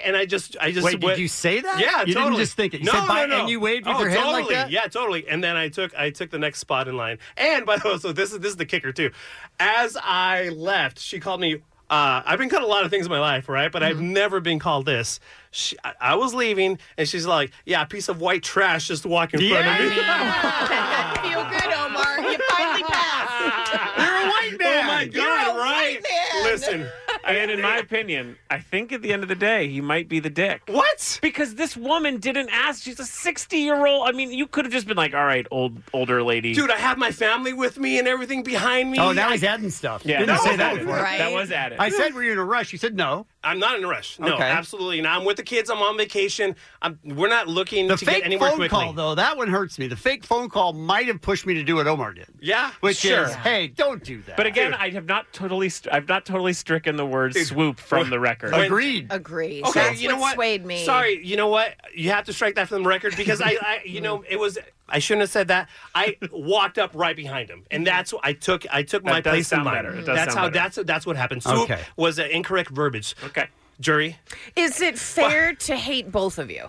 S13: And I just, I just
S9: Wait, did
S13: went-
S9: you say that?
S13: Yeah,
S9: You didn't
S13: totally.
S9: just think it. You
S13: no,
S9: said bye
S13: no, no.
S9: and you waved with
S13: oh,
S9: your hand like
S13: totally.
S9: that?
S13: Yeah, totally. And then I took, I took the next spot in line. And by the way, so this is this is the kicker too. As I left, she called me. Uh, I've been called a lot of things in my life, right? But
S9: Mm-hmm.
S13: I've never been called this. She, I, I was leaving, and she's like, "Yeah, a piece of white trash just walking in front of me."
S11: feel good, Omar. You finally passed.
S13: You're a white man. Oh my listen.
S10: And in my opinion, I think at the end of the day, he might be the dick.
S13: What?
S10: Oh. Because this woman didn't ask. She's a sixty-year-old. I mean, you could have just been like, "All right, old older lady."
S13: Dude, I have my family with me and everything behind me.
S9: Oh, now
S13: I-
S9: he's adding stuff.
S10: Yeah,
S9: Didn't
S10: that
S9: say
S10: was
S9: that
S10: added.
S9: before.
S10: Right. That was added.
S9: I said, were you in a rush? You said no.
S13: I'm not in a rush. No,
S9: Okay.
S13: absolutely not. I'm with the kids. I'm on vacation. I'm, we're not looking
S9: The
S13: to
S9: fake
S13: get anywhere
S9: phone
S13: quickly.
S9: call, though, that one hurts me. The fake phone call might have pushed me to do what Omar did.
S13: Yeah,
S9: Which
S10: sure.
S9: is, hey, don't do that.
S10: But again, I have not totally, st- I've not totally stricken the word swoop from the record.
S11: Agreed.
S13: Okay,
S11: That's
S13: you know
S11: what,
S13: what?
S11: swayed me.
S13: Sorry, you know what? You have to strike that from the record because I, I you know, it was. I shouldn't have said that. I walked up right behind him, and that's what I took. I took
S10: That
S13: my
S10: does
S13: place
S10: sound
S13: in line.
S10: better. It does
S13: that's how.
S10: sound better.
S13: That's that's what happened. Swoop
S10: Okay.
S13: was an incorrect verbiage.
S10: Okay,
S13: jury.
S11: Is it fair to hate both of you?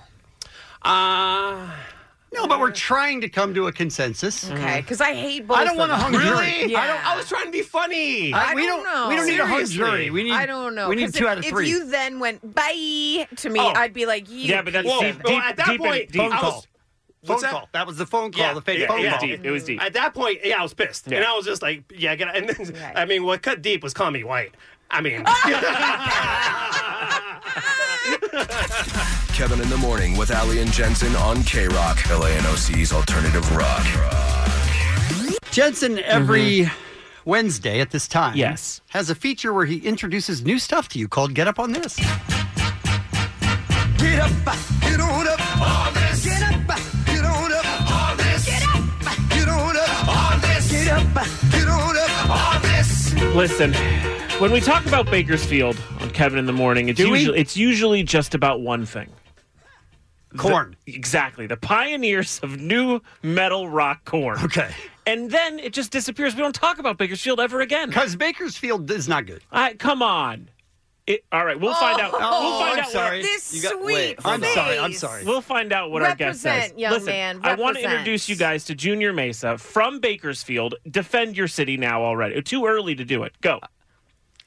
S13: Uh
S9: no, but we're trying to come to a consensus.
S11: Okay, because I hate both.
S9: I don't
S11: want
S9: want a hung jury.
S11: Really? Yeah.
S9: I don't,
S13: Mm. I was trying to be funny.
S9: I-
S11: I
S9: we
S11: don't,
S9: don't-
S11: know.
S9: we don't need a hung
S11: Seriously.
S9: jury. We need-
S11: I don't know.
S9: we need
S11: 'cause
S9: two
S11: if,
S9: out of
S11: If
S9: three.
S11: you then went bye to me,
S9: Oh.
S11: I'd be like, you.
S10: Yeah, but that's
S11: piece
S10: deep-
S11: of-
S10: deep-
S13: well, at that
S10: deep in-
S13: point,
S10: deep.
S13: I
S10: Phone
S13: was-
S10: call.
S9: Phone
S13: What's that?
S9: call. That was the phone call, the fake
S13: yeah,
S9: phone
S13: it was
S9: call.
S10: deep. It was deep.
S13: At that point, yeah, I was pissed,
S10: Yeah.
S13: and I was just like, yeah, get out. and then I mean, what cut deep was call me white. I mean,
S7: Kevin in the morning with Ali and Jensen on K Rock, LA and OC's alternative rock.
S9: Jensen every Wednesday at this time
S10: Yes.
S9: has a feature where he introduces new stuff to you called Get Up on This.
S12: Get up, get on up on this. Get up, get on up on this. Get up, get on up on this. Get up, get on up on this.
S10: Listen, when we talk about Bakersfield on Kevin in the Morning, it's
S9: Do we?
S10: usually it's usually just about one thing.
S9: Corn.
S10: The- exactly. The pioneers of new metal rock corn.
S9: Okay.
S10: And then it just disappears. We don't talk about Bakersfield ever again.
S9: Because Bakersfield is not good.
S10: I come on. It, all right, we'll find out. we'll
S9: Oh,
S10: find
S9: I'm
S10: out what
S9: sorry.
S10: our-
S11: This
S9: You got-
S11: sweet
S9: wait, I'm
S11: face.
S9: sorry, I'm sorry.
S10: We'll find out what our guest says.
S11: Represent, young
S10: Listen,
S11: man,
S10: I want to
S11: represent.
S10: introduce you guys to Junior Mesa from Bakersfield. Defend your city now already. Too early to do it. Go.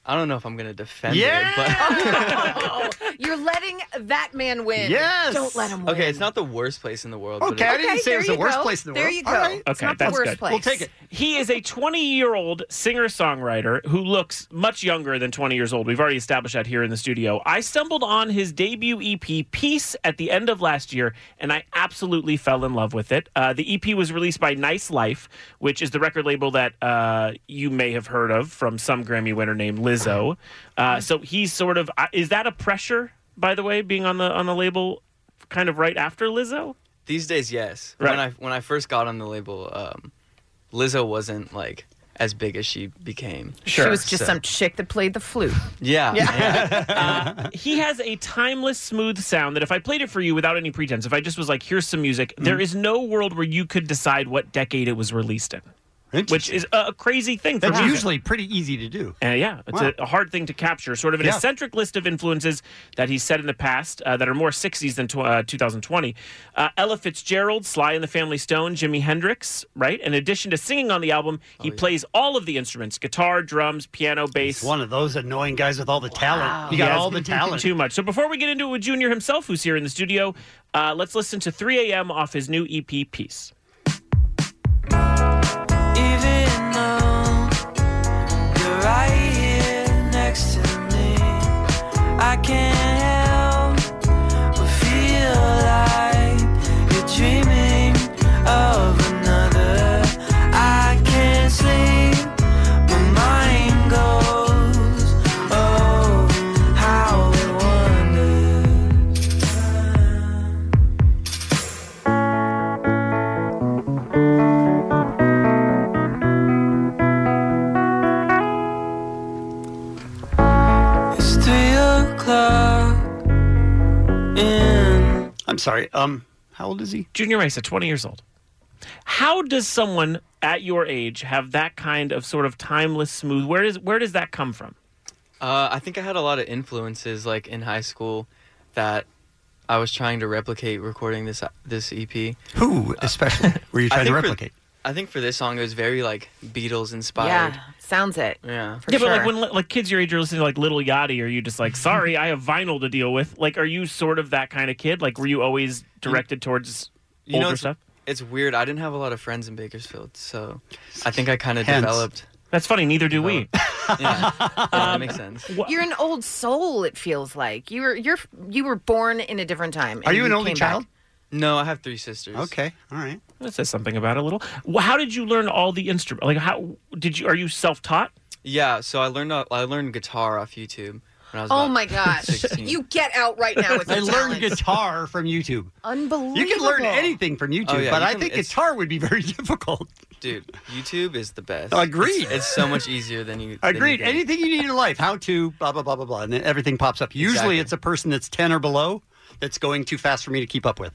S15: I don't know if I'm going to defend
S10: Yeah!
S15: it, but
S11: You're letting that man win. Don't let him win.
S15: Okay, it's not the worst place in the world.
S11: Okay, I didn't Okay, say it was there the you worst go. place in the There world. you go. All right. It's
S10: Okay,
S11: not the
S10: that's
S11: worst
S10: good.
S11: place. We'll take it.
S10: He is a 20 year old singer songwriter who looks much younger than 20 years old. We've already established that here in the studio. I stumbled on his debut EP, Peace, at the end of last year, and I absolutely fell in love with it. Uh, the EP was released by Nice Life, which is the record label that uh, you may have heard of from some Grammy winner named Lizzo. Uh, so he's sort of, uh, is that a pressure, by the way, being on the on the label kind of right after Lizzo?
S15: These days, yes.
S10: Right.
S15: When I when I first got on the label, um, Lizzo wasn't like as big as she became.
S11: She was just
S15: So-
S11: some chick that played the flute.
S15: Yeah.
S10: Uh, he has a timeless, smooth sound that if I played it for you without any pretense, if I just was like, here's some music, there is no world where you could decide what decade it was released in. Which is a a crazy thing for
S9: That's
S10: music.
S9: usually pretty easy to do.
S10: Uh, yeah, it's
S9: Wow.
S10: a, a hard thing to capture. Sort of an
S9: Yeah.
S10: eccentric list of influences that he's said in the past uh, that are more 60s than tw- uh, 2020. Uh, Ella Fitzgerald, Sly and the Family Stone, Jimi Hendrix, right? In addition to singing on the album,
S9: Oh,
S10: he plays all of the instruments guitar, drums, piano, bass.
S9: One of those annoying guys with all the talent. You
S10: He
S9: got
S10: has
S9: all the talent.
S10: Too much. So before we get into it with Junior himself, who's here in the studio, uh, let's listen to 3 a.m. off his new E EP piece.
S12: Even though you're right here next to me, I can't help but feel like you're dreaming of another. I can't sleep, my mind goes, oh, how it wanders. It's three o'clock in.
S9: I'm sorry. Um, how old is he?
S10: Junior Mesa, 20 years old. How does someone at your age have that kind of sort of timeless, smooth? Where does where does that come from?
S15: Uh, I think I had a lot of influences like in high school that I was trying to replicate recording this this EP.
S9: Who, especially, were you
S15: I
S9: trying to
S15: think for-
S9: replicate?
S15: I think for this song it was very like Beatles inspired.
S11: Yeah, sounds it.
S15: Yeah.
S10: yeah, but like when li- like kids your age are listening to like Little Yachty, are you just like, sorry, I have vinyl to deal with? Like, are you sort of that kind of kid? Like, were you always directed towards
S15: you know,
S10: older
S15: it's,
S10: stuff?
S15: it's weird. I didn't have a lot of friends in Bakersfield, so I think I kind of
S10: Hence.
S15: developed.
S10: That's funny. Neither do we.
S15: yeah, that makes sense.
S11: You're an old soul. It feels like you were you're you were born in a different time. and came back.
S15: No, I have three sisters. Okay,
S9: all right.
S10: That says something about it a little. Wh- How did you learn all the instrument? Like, how did you? Are you self-taught?
S15: Yeah, so I learned uh, I learned guitar off YouTube when I was
S11: Oh
S15: about
S11: my gosh!
S15: 16.
S11: you get out right now with
S9: I
S11: your
S9: learned
S11: talent.
S9: guitar from YouTube.
S11: Unbelievable.
S9: You can learn anything from YouTube,
S15: Oh, yeah,
S9: but
S15: you
S9: I
S15: can-
S9: think
S15: it's-
S9: guitar would be very difficult.
S15: Dude, YouTube is the best.
S9: Agreed.
S15: It's, it's so much easier than you. than you
S9: Agreed.
S15: think.
S9: Anything you need in life, how to, blah, blah, blah, blah, blah. And then everything pops up. Usually
S15: Exactly.
S9: it's a person that's 10 or below that's going too fast for me to keep up with.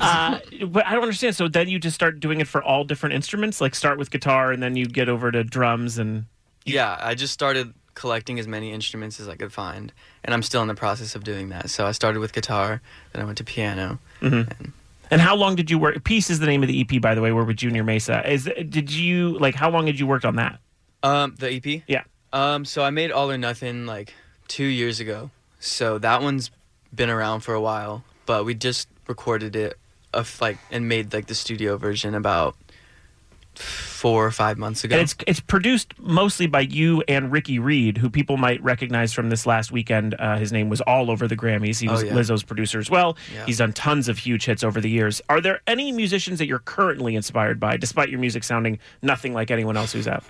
S10: Uh, but I don't understand. So then you just start doing it for all different instruments. Like start with guitar, and then you get over to drums and.
S15: Yeah, I just started collecting as many instruments as I could find, and I'm still in the process of doing that. So I started with guitar, then I went to piano.
S10: Mhm. And how long did you work? Peace is the name of the EP, by the way. We're with Junior Mesa. Is did you like? How long had you worked on that?
S15: Um, the EP.
S10: Yeah.
S15: Um, so I made All or Nothing like two years ago. So that one's been around for a while, but we just recorded it, of like and made like the studio version about four or five months ago.
S10: And it's it's produced mostly by you and Ricky Reed, who people might recognize from this last weekend. Uh, his name was all over the Grammys. He
S15: Oh,
S10: was
S15: yeah.
S10: Lizzo's producer as well.
S15: Yeah.
S10: He's done tons of huge hits over the years. Are there any musicians that you're currently inspired by, despite your music sounding nothing like anyone else who's out?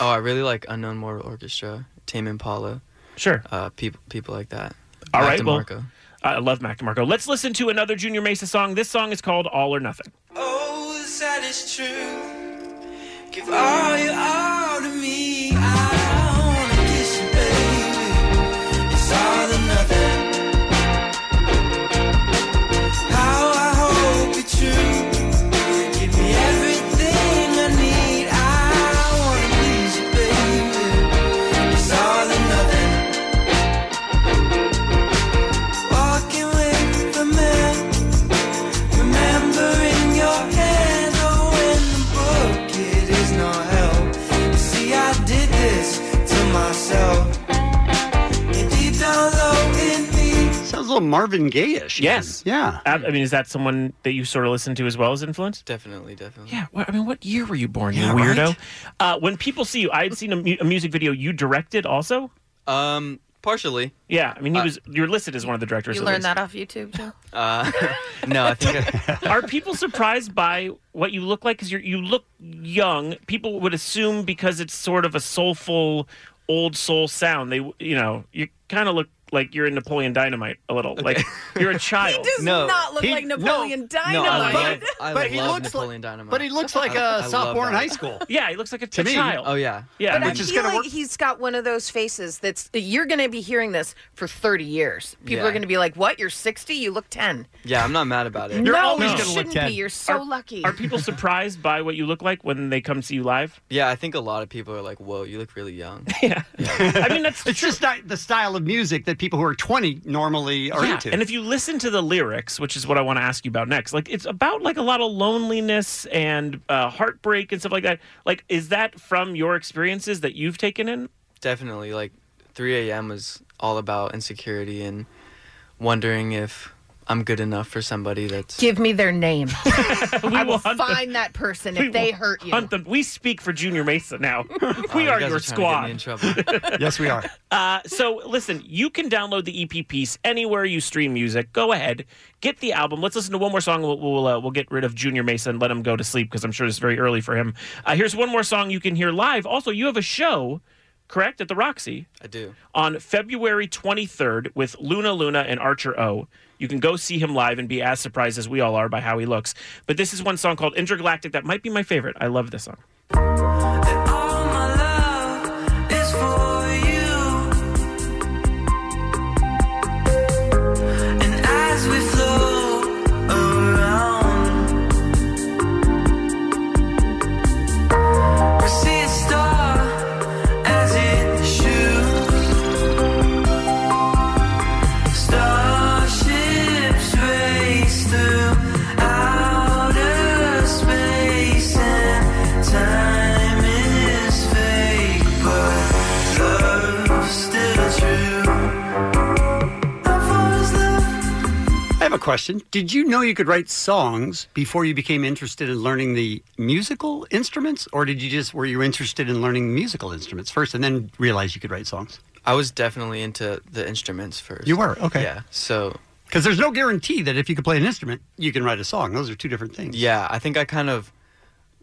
S15: oh, I really like Unknown Mortal Orchestra, Tame Impala.
S10: Sure.
S15: Uh, people people like that.
S10: All
S15: Mac
S10: right, well,
S15: DeMarco.
S10: I love Mac DeMarco. Let's listen to another Junior Mesa song. This song is called All or Nothing.
S12: Oh, the saddest truth. Give all you all to me. I wanna kiss you, baby. It's all or nothing. How I hope you're true. Give me everything I need. I wanna please you, baby. It's all or nothing. Walking with the man. Remembering your hand, oh, in the book, it is no help. See, I did this to myself. And deep down low in me,
S9: Sounds a little Marvin Gaye-ish.
S10: Yes.
S9: Yeah.
S10: I mean, is that someone that you sort of listen to as well as influence?
S15: Definitely, definitely.
S10: Yeah, well, I mean, what year were you born, you weirdo? Uh, when people see you, I had seen a, mu- a music video you directed also.
S15: Um, partially.
S10: Yeah, I mean, he was. You're listed as one of the directors.
S11: You
S10: at
S11: learned
S10: least.
S11: that off YouTube, Joe.
S15: Uh, no, I think
S10: Are people surprised by what you look like? Because you you look young. People would assume because it's sort of a soulful, old soul sound. They, you know, you kind of look like you're in Napoleon Dynamite a little. Like you're a child.
S11: does No. not look He- like no. Napoleon No, I Dynamite. love- I love Napoleon Dynamite.
S9: But he looks like
S11: I- I
S9: a
S10: uh,
S11: love
S9: sophomore in
S11: that.
S9: high school.
S10: Yeah, he looks like a,
S9: To
S10: a
S9: me.
S10: child.
S9: Oh,
S15: yeah.
S10: yeah.
S11: but
S10: which
S11: I
S10: is
S11: feel
S10: gonna
S11: like
S10: work.
S11: he's got one of those faces that's you're going to be hearing this for 30 years. People
S15: Yeah.
S11: are going to be like, "What? You're 60? You look 10."
S15: Yeah, I'm not mad about it.
S11: no, you shouldn't be. You're so
S10: Are-
S11: lucky.
S10: Are people surprised by what you look like when they come see you live?
S15: Yeah, I think a lot of people are like, "Whoa, you look really young."
S10: I mean, that's
S9: it's just not the style of music that people who are 20 normally are
S10: Yeah,
S9: into.
S10: And if you listen to the lyrics, which is what I want to ask you about next, like it's about like a lot of loneliness and uh, heartbreak and stuff like that. Like, is that from your experiences that you've taken in?
S15: Definitely, like 3 a.m. was all about insecurity and wondering if I'm good enough for somebody that's.
S11: Give me their name.
S10: We
S11: I will
S10: hunt them-
S11: find that person
S10: we
S11: if they
S10: will
S11: hurt you.
S10: Hunt them. We speak for Junior Mesa now. we
S15: Oh, you
S10: Oh, are
S15: guys
S10: your
S15: are trying
S10: squad.
S15: to get me
S9: yes, we are.
S10: Uh, so listen, you can download the EP piece anywhere you stream music. Go ahead, get the album. Let's listen to one more song. We'll we'll, uh, we'll get rid of Junior Mesa and let him go to sleep because I'm sure it's very early for him. Uh, here's one more song you can hear live. Also, you have a show, correct, at the Roxy
S15: I do.
S10: on February 23rd with Luna Luna and Archer O. You can go see him live and be as surprised as we all are by how he looks. But this is one song called Intergalactic that might be my favorite. I love this song.
S12: all my love is for you. And as we float around, we see a star as it shoots. Starships race through outer space and time.
S9: question. Did you know you could write songs before you became interested in learning the musical instruments, or did you just were you interested in learning musical instruments first and then realize you could write songs?
S15: I was definitely into the instruments first.
S9: You were okay.
S15: Yeah. So
S9: because there's no guarantee that if you can play an instrument, you can write a song. Those are two different things.
S15: Yeah, I think I kind of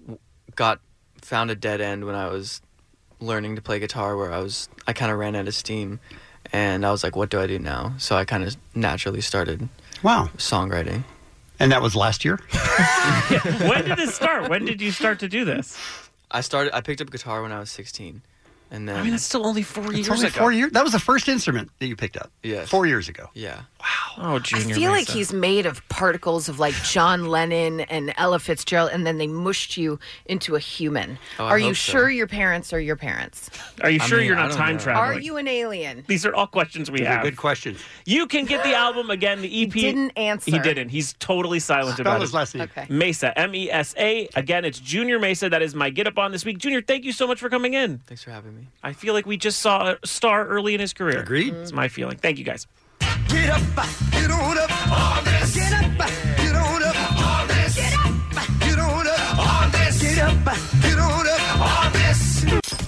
S15: w- got found a dead end when I was learning to play guitar, where I was I kind of ran out of steam, and I was like, "What do I do now?" So I kind of naturally started.
S9: Wow.
S15: Songwriting.
S9: And that was last year.
S10: when did this start? When did you start to do this?
S15: I started. I picked up guitar when I was 16, and then
S10: I mean, that's still only four
S9: It's
S10: years
S9: only
S10: ago.
S9: four years. That was the first instrument that you picked up.
S15: Yes.
S9: Four years ago.
S15: Yeah.
S10: Oh,
S11: I feel like he's made of particles of like John Lennon and Ella Fitzgerald, and then they mushed you into a human.
S10: Oh, I
S11: are you
S10: hope so.
S11: sure your parents are your parents?
S10: Are you sure you're not time traveling?
S11: Are you an alien?
S10: These are all questions we
S11: These are
S10: have.
S9: good questions.
S10: You can get the album again. The EP
S11: didn't answer.
S10: He didn't. He's totally silent
S11: Spell
S10: about
S11: his
S10: it.
S11: last name. Okay.
S10: Mesa. M E S A. Again, it's Junior Mesa. That is my get up on this week. Junior, thank you so much for coming in.
S15: Thanks for having me.
S10: I feel like we just saw a star early in his career.
S9: Agreed.
S10: It's my feeling. Thank you guys.
S12: Get up, get on up, on this. Get up, get on up, on this. Get up, get on up, on this. Get up, get on up, on this.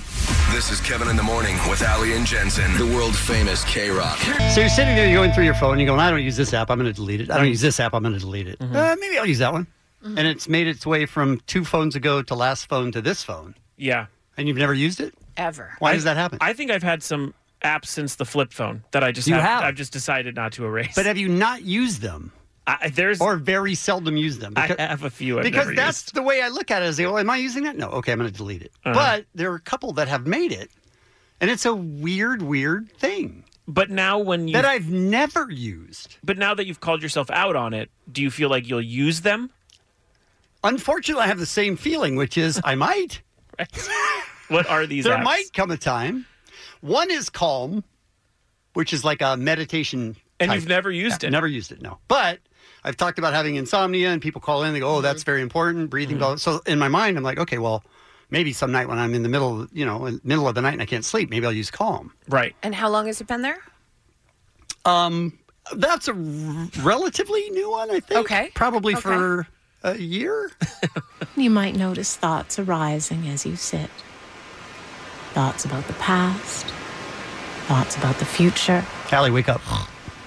S7: This is Kevin in the Morning with Ali and Jensen, the world famous K Rock.
S9: So you're sitting there, you're going through your phone, you're going, I don't use this app, I'm going to delete it. I don't use this app, I'm going to delete it.
S10: Mm-hmm.
S9: Uh, maybe I'll use that one. And it's made its way from two phones ago to last phone to this phone.
S10: Yeah.
S9: And you've never used it?
S11: Ever.
S9: Why
S10: I-
S9: does that happen?
S10: I think I've had some apps since the flip phone that I just
S9: You
S10: have-
S9: have.
S10: I've just decided not to erase.
S9: But have you not used them?
S10: I, there's
S9: or very seldom used them.
S10: I have a few. I've
S9: because
S10: never
S9: that's the way I look at it. Is, oh, am I using that? No. Okay, I'm going to delete it.
S10: Uh-huh.
S9: But there are a couple that have made it, and it's a weird, weird thing.
S10: But now when you
S9: that I've never used.
S10: But now that you've called yourself out on it, do you feel like you'll use them?
S9: Unfortunately, I have the same feeling, which is I might.
S10: What are these?
S9: there
S10: apps?
S9: might come a time. One is Calm, which is like a meditation.
S10: And you've never used it?
S9: Never used it. No, but I've talked about having insomnia, and people call in. They go, "Oh,
S11: Mm-hmm.
S9: that's very important." Breathing. blah, blah. So in my mind, I'm like, okay, well, maybe some night when I'm in the middle, you know, in the middle of the night and I can't sleep, maybe I'll use Calm.
S10: Right.
S11: And how long has it been there?
S9: Um, that's a r- relatively new one, I think. Okay. Probably
S16: Okay.
S9: for a year.
S16: You might notice thoughts arising as you sit. Thoughts about the past, thoughts about the future,
S9: Allie, wake up.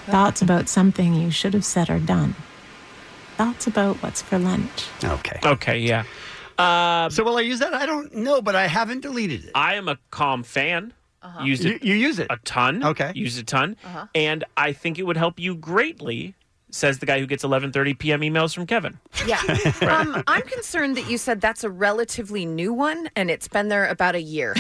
S16: thoughts about something you should have said or done, thoughts about what's for lunch.
S9: Okay.
S10: Okay. Yeah. Um,
S9: so will I use that? I don't know, but I haven't deleted it.
S10: I am a Calm fan. Used it.
S9: You, you use it
S10: a ton. Okay. Used a ton, and I think it would help you greatly. Says the guy who gets 11:30 p.m. emails from Kevin.
S11: Yeah. um, I'm concerned that you said that's a relatively new one and it's been there about a year.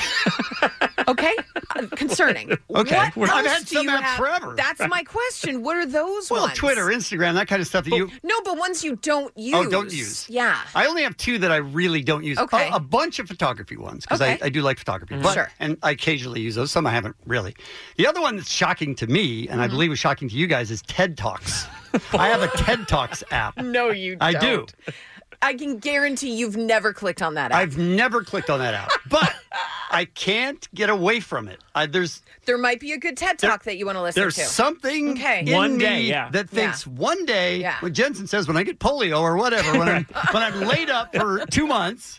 S11: okay? Uh, concerning.
S9: Okay.
S11: What
S9: We're- I've
S11: else
S9: had
S11: do
S9: some
S11: you
S9: apps
S11: have?
S9: forever.
S11: That's my question. What are those
S9: Well,
S11: ones?
S9: Twitter, Instagram, that kind of stuff that you.
S11: No, but ones you don't use.
S9: Oh, don't use.
S11: Yeah.
S9: I only have two that I really don't use.
S11: Okay.
S9: A, a bunch of photography ones because
S11: Okay.
S9: I, I do like photography.
S11: Mhm.
S9: But,
S11: Sure.
S9: And I occasionally use those. Some I haven't really. The other one that's shocking to me, and
S11: Mm-hmm.
S9: I believe was shocking to you guys, is TED Talks. I have a TED Talks app.
S11: No, you
S9: I do.
S11: I can guarantee you've never clicked on that app.
S9: I've never clicked on that app, but I can't get away from it. I, there's
S11: There might be a good TED talk that you want to listen
S9: there's
S11: to.
S9: something
S11: Okay.
S9: in me that thinks one day
S11: Yeah.
S9: when Jensen says when I get polio or whatever when I'm when I'm laid up for two months,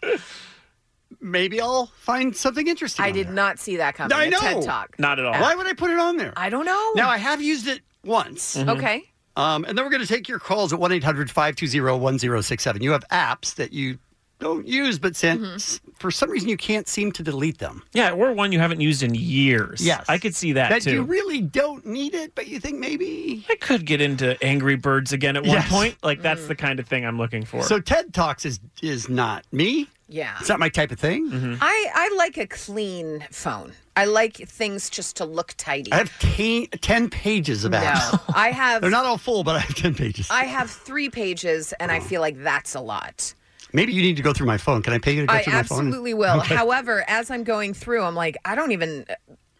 S9: maybe I'll find something interesting.
S11: I did not see that coming.
S9: I
S11: a
S9: know.
S11: TED talk.
S10: Not at all.
S9: Why would I put it on there?
S11: I don't know.
S9: Now I have used it once.
S10: Mm-hmm.
S11: Mhm. Okay.
S9: Um, and then we're going to take your calls at 1 800 520 1067. You have apps that you don't use, but sen- s-
S11: Mm-hmm.
S9: for some reason you can't seem to delete them.
S10: Yeah, or one you haven't used in years.
S9: Yes.
S10: I could see that, too.
S9: you really don't need it, but you think maybe.
S10: I could get into Angry Birds again at one
S9: Yes.
S10: point. Like that's the kind of thing I'm looking for.
S9: So TED Talks is is not me.
S11: Yeah.
S9: It's not my type of thing.
S10: Mm-hmm.
S11: I, I like a clean phone. I like things just to look tidy.
S9: I have ten, 10 pages of
S11: No.
S9: apps.
S11: I have-
S9: They're not all full, but I have 10 pages.
S11: I have three pages, and I feel like that's a lot.
S9: Maybe you need to go through my phone. Can I pay you to go
S11: I
S9: through my phone?
S11: absolutely will.
S9: Okay.
S11: However, as I'm going through, I'm like, I don't even.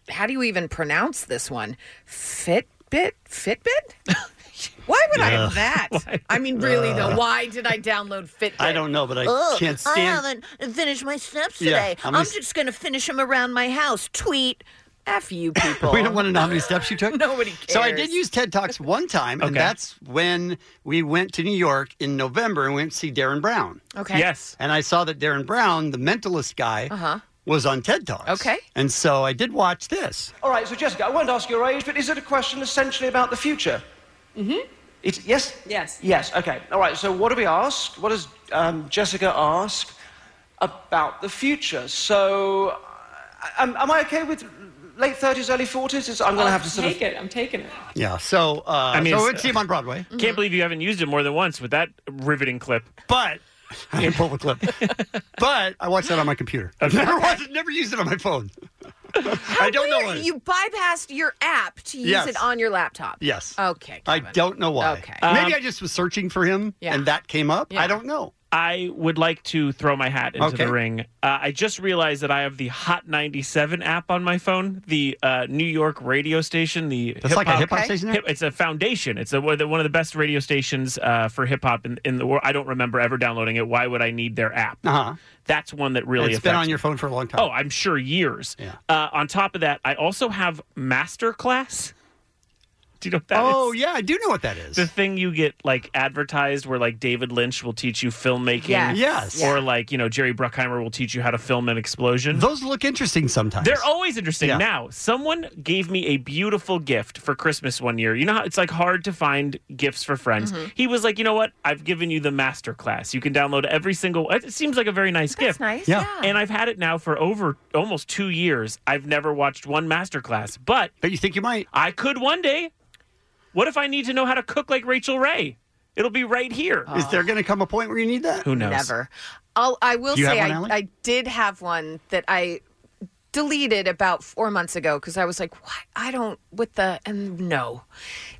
S11: How do you even pronounce this one? Fitbit? Fitbit? Why would I have
S9: Ugh.
S11: that? I mean, really though,
S9: Ugh.
S11: why did I download Fitbit?
S9: Uh. I don't know, but I
S17: Ugh,
S9: can't
S17: I
S9: stand.
S17: haven't finished my steps
S9: Yeah,
S17: today.
S9: how
S17: I'm
S9: many s-
S17: just going to finish them around my house. Tweet.
S11: F you people.
S9: We don't want to know how many steps you took.
S11: Nobody cares.
S9: So I did use TED Talks one time, and
S11: Okay.
S9: that's when we went to New York in November and went to see Darren Brown.
S11: Okay. Yes.
S9: And I saw that Darren Brown, the mentalist guy,
S11: Uh-huh.
S9: was on TED Talks.
S11: Okay.
S9: And so I did watch this.
S17: All right, so Jessica, I won't ask your age, but is it a question essentially about the future? Mm-hmm. It's, yes?
S4: Yes.
S17: Yes, okay. All right, so what do we ask? What does um, Jessica ask about the future? So, uh, am, am I okay with late 30s, early 40s? It's, I'm going to have to sort of...
S4: take it. I'm taking it.
S9: Yeah. So, uh,
S10: I mean,
S9: so it's him on Broadway.
S10: Can't believe you haven't used it more than once with that riveting clip.
S9: But I didn't pull the clip. but I watched that on my computer. I've never watched it, never used it on my phone. I don't know
S11: Weird,
S9: why.
S11: Oh, You bypassed your app to use
S9: Yes.
S11: it on your laptop.
S9: Yes.
S11: Okay.
S9: I don't know why.
S11: Okay.
S9: Maybe
S10: Um,
S9: I just was searching for him and that came up. I don't know.
S10: I would like to throw my hat into
S9: Okay.
S10: the ring. Uh, I just realized that I have the Hot 97 app on my phone, the uh, New York radio station. The
S9: That's like a hip-hop Okay. station there?
S10: Hip- it's a foundation. It's a, one of the- one of the best radio stations uh, for hip hop in, in the world. I don't remember ever downloading it. Why would I need their app?
S9: Uh-huh.
S10: That's one that really
S9: It's
S10: affects
S9: been on
S10: me.
S9: your phone for a long time.
S10: Oh, I'm sure years. Uh, on top of that, I also have Masterclass. Do you know what that is?
S9: Oh, yeah, I do know what that is.
S10: The thing you get like advertised where like David Lynch will teach you filmmaking.
S9: Yes. Yes.
S10: Or like, you know, Jerry Bruckheimer will teach you how to film an explosion.
S9: Those look interesting sometimes.
S10: They're always interesting.
S9: Yeah.
S10: Now, someone gave me a beautiful gift for Christmas one year. You know how it's like hard to find gifts for friends.
S4: Mhm.
S10: He was like, you know what? I've given you the master class. You can download every single. It seems like a very nice gift.
S4: nice, Yeah. yeah.
S10: And I've had it now for over almost two years. I've never watched one master class, but
S9: but you think you might?
S10: I could one day. What if I need to know how to cook like Rachel Ray? It'll be right here.
S9: Is there going to come a point where you need that?
S10: Who knows?
S11: Oh. Never. I'll, I will
S10: Do you
S11: say
S10: have
S11: I,
S10: one, Ally?
S11: I did have one that I deleted about four months ago because I was like, what? I don't, with the, and no.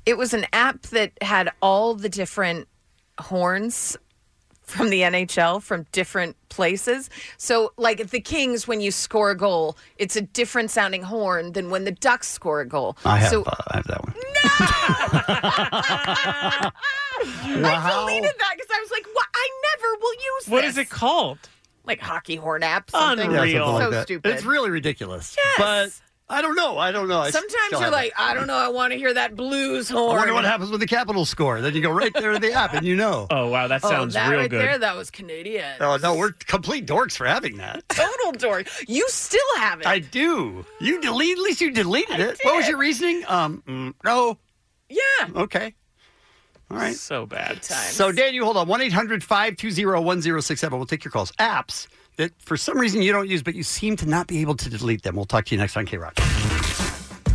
S11: It was an app that had all the different horns from the NHL from different places. So, like at the Kings, when you score a goal, it's a different sounding horn than when the Ducks score a goal.
S9: I have,
S11: so,
S9: uh, I have that one.
S11: I deleted that because I was like, what? I never will use
S10: What
S11: this.
S10: is it called?
S11: Like hockey horn app. Something.
S9: Yeah, something like
S11: so
S9: that.
S11: stupid.
S9: It's really ridiculous. But I don't know. I don't know. I
S11: Sometimes
S9: still
S11: you're
S9: have
S11: like,
S9: it.
S11: I don't know, I want to hear that blues
S9: I
S11: horn.
S9: wonder what happens when the Capitals score. Then you go right there to the app and you know.
S10: Oh, wow. That
S11: Oh, that right there, that was Canadian.
S9: Oh, no, we're complete dorks for having that.
S11: Total dork. You still have it.
S9: I do. You delete. At least you deleted it. What was your reasoning? Um, mm, no.
S11: Yeah.
S9: Okay. All right.
S10: Oh, So bad.
S9: So, Dan, you hold on. 1 800 520 1067. We'll take your calls. Apps that for some reason you don't use, but you seem to not be able to delete them. We'll talk to you next on K Rock.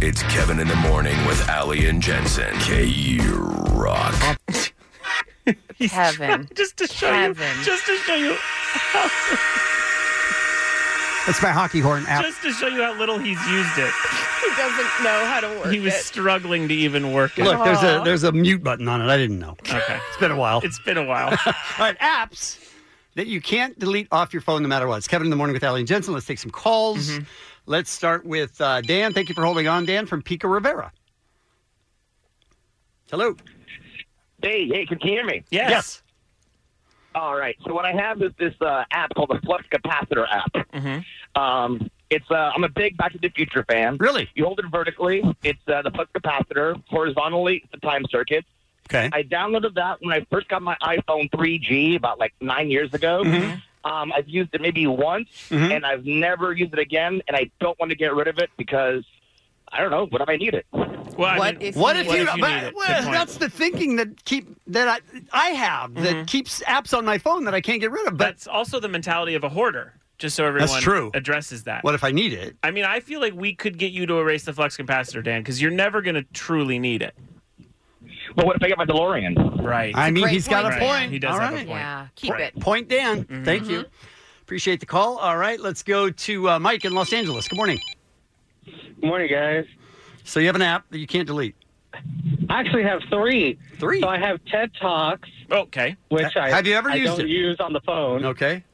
S7: It's Kevin in the morning with Ali and Jensen. K Rock.
S11: Kevin.
S10: just to show
S11: Kevin.
S10: you. Just to show you.
S9: That's my hockey horn app.
S10: Just to show you how little he's used it.
S11: He doesn't know how to work
S10: He was struggling to even work it.
S9: Look, there's a there's a mute button on it. I didn't know.
S10: Okay.
S9: It's been a while.
S10: It's been a while.
S9: All right, apps that you can't delete off your phone no matter what. It's Kevin in the morning with Allie and Jensen. Let's take some calls.
S10: Mm-hmm.
S9: Let's start with uh, Dan. Thank you for holding on, Dan from Pico Rivera. Hello.
S18: Hey, hey, can you hear me?
S10: Yes.
S18: All right. So what I have is this uh, app called the Flux Capacitor app. Um, it's uh, I'm a big Back to the Future fan.
S9: Really?
S18: You hold it vertically. It's uh, the flux capacitor. Horizontally, it's the time circuit.
S9: Okay.
S18: I downloaded that when I first got my iPhone 3G about like nine years ago.
S9: Mm-hmm.
S18: Um, I've used it maybe once,
S9: Mhm.
S18: and I've never used it again. And I don't want to get rid of it because I don't know. What if I need it?
S10: What
S18: mean, if
S9: what
S18: you
S9: if
S18: need
S9: you?
S18: it? What if you
S9: but-
S18: need it? Good
S9: well,
S18: point.
S9: that's the thinking that keep that I I have that keeps apps on my phone that I can't get rid of. But
S10: Mm-hmm. That's also the mentality of a hoarder. Just so everyone
S9: true.
S10: addresses that.
S9: what if I need it?
S10: I mean, I feel like we could get you to erase the flux capacitor, Dan, because you're never going to truly need it.
S18: But what if I get my DeLorean?
S10: Right.
S9: I mean,
S10: Great
S9: he's got
S10: point,
S9: a
S10: Dan.
S9: point.
S10: He does
S9: All
S10: have a
S9: right.
S10: point.
S11: Yeah, keep it.
S9: Point Dan. Thank you. Appreciate the call. All right, let's go to uh, Mike in Los Angeles. Good morning. Good
S19: morning, guys.
S9: So you have an app that you can't delete.
S19: I actually have three.
S9: Three.
S19: So I have TED Talks.
S10: Okay.
S19: Which I
S9: Have you ever
S19: I
S9: used
S19: don't
S9: it?
S19: use on the phone.
S9: Okay.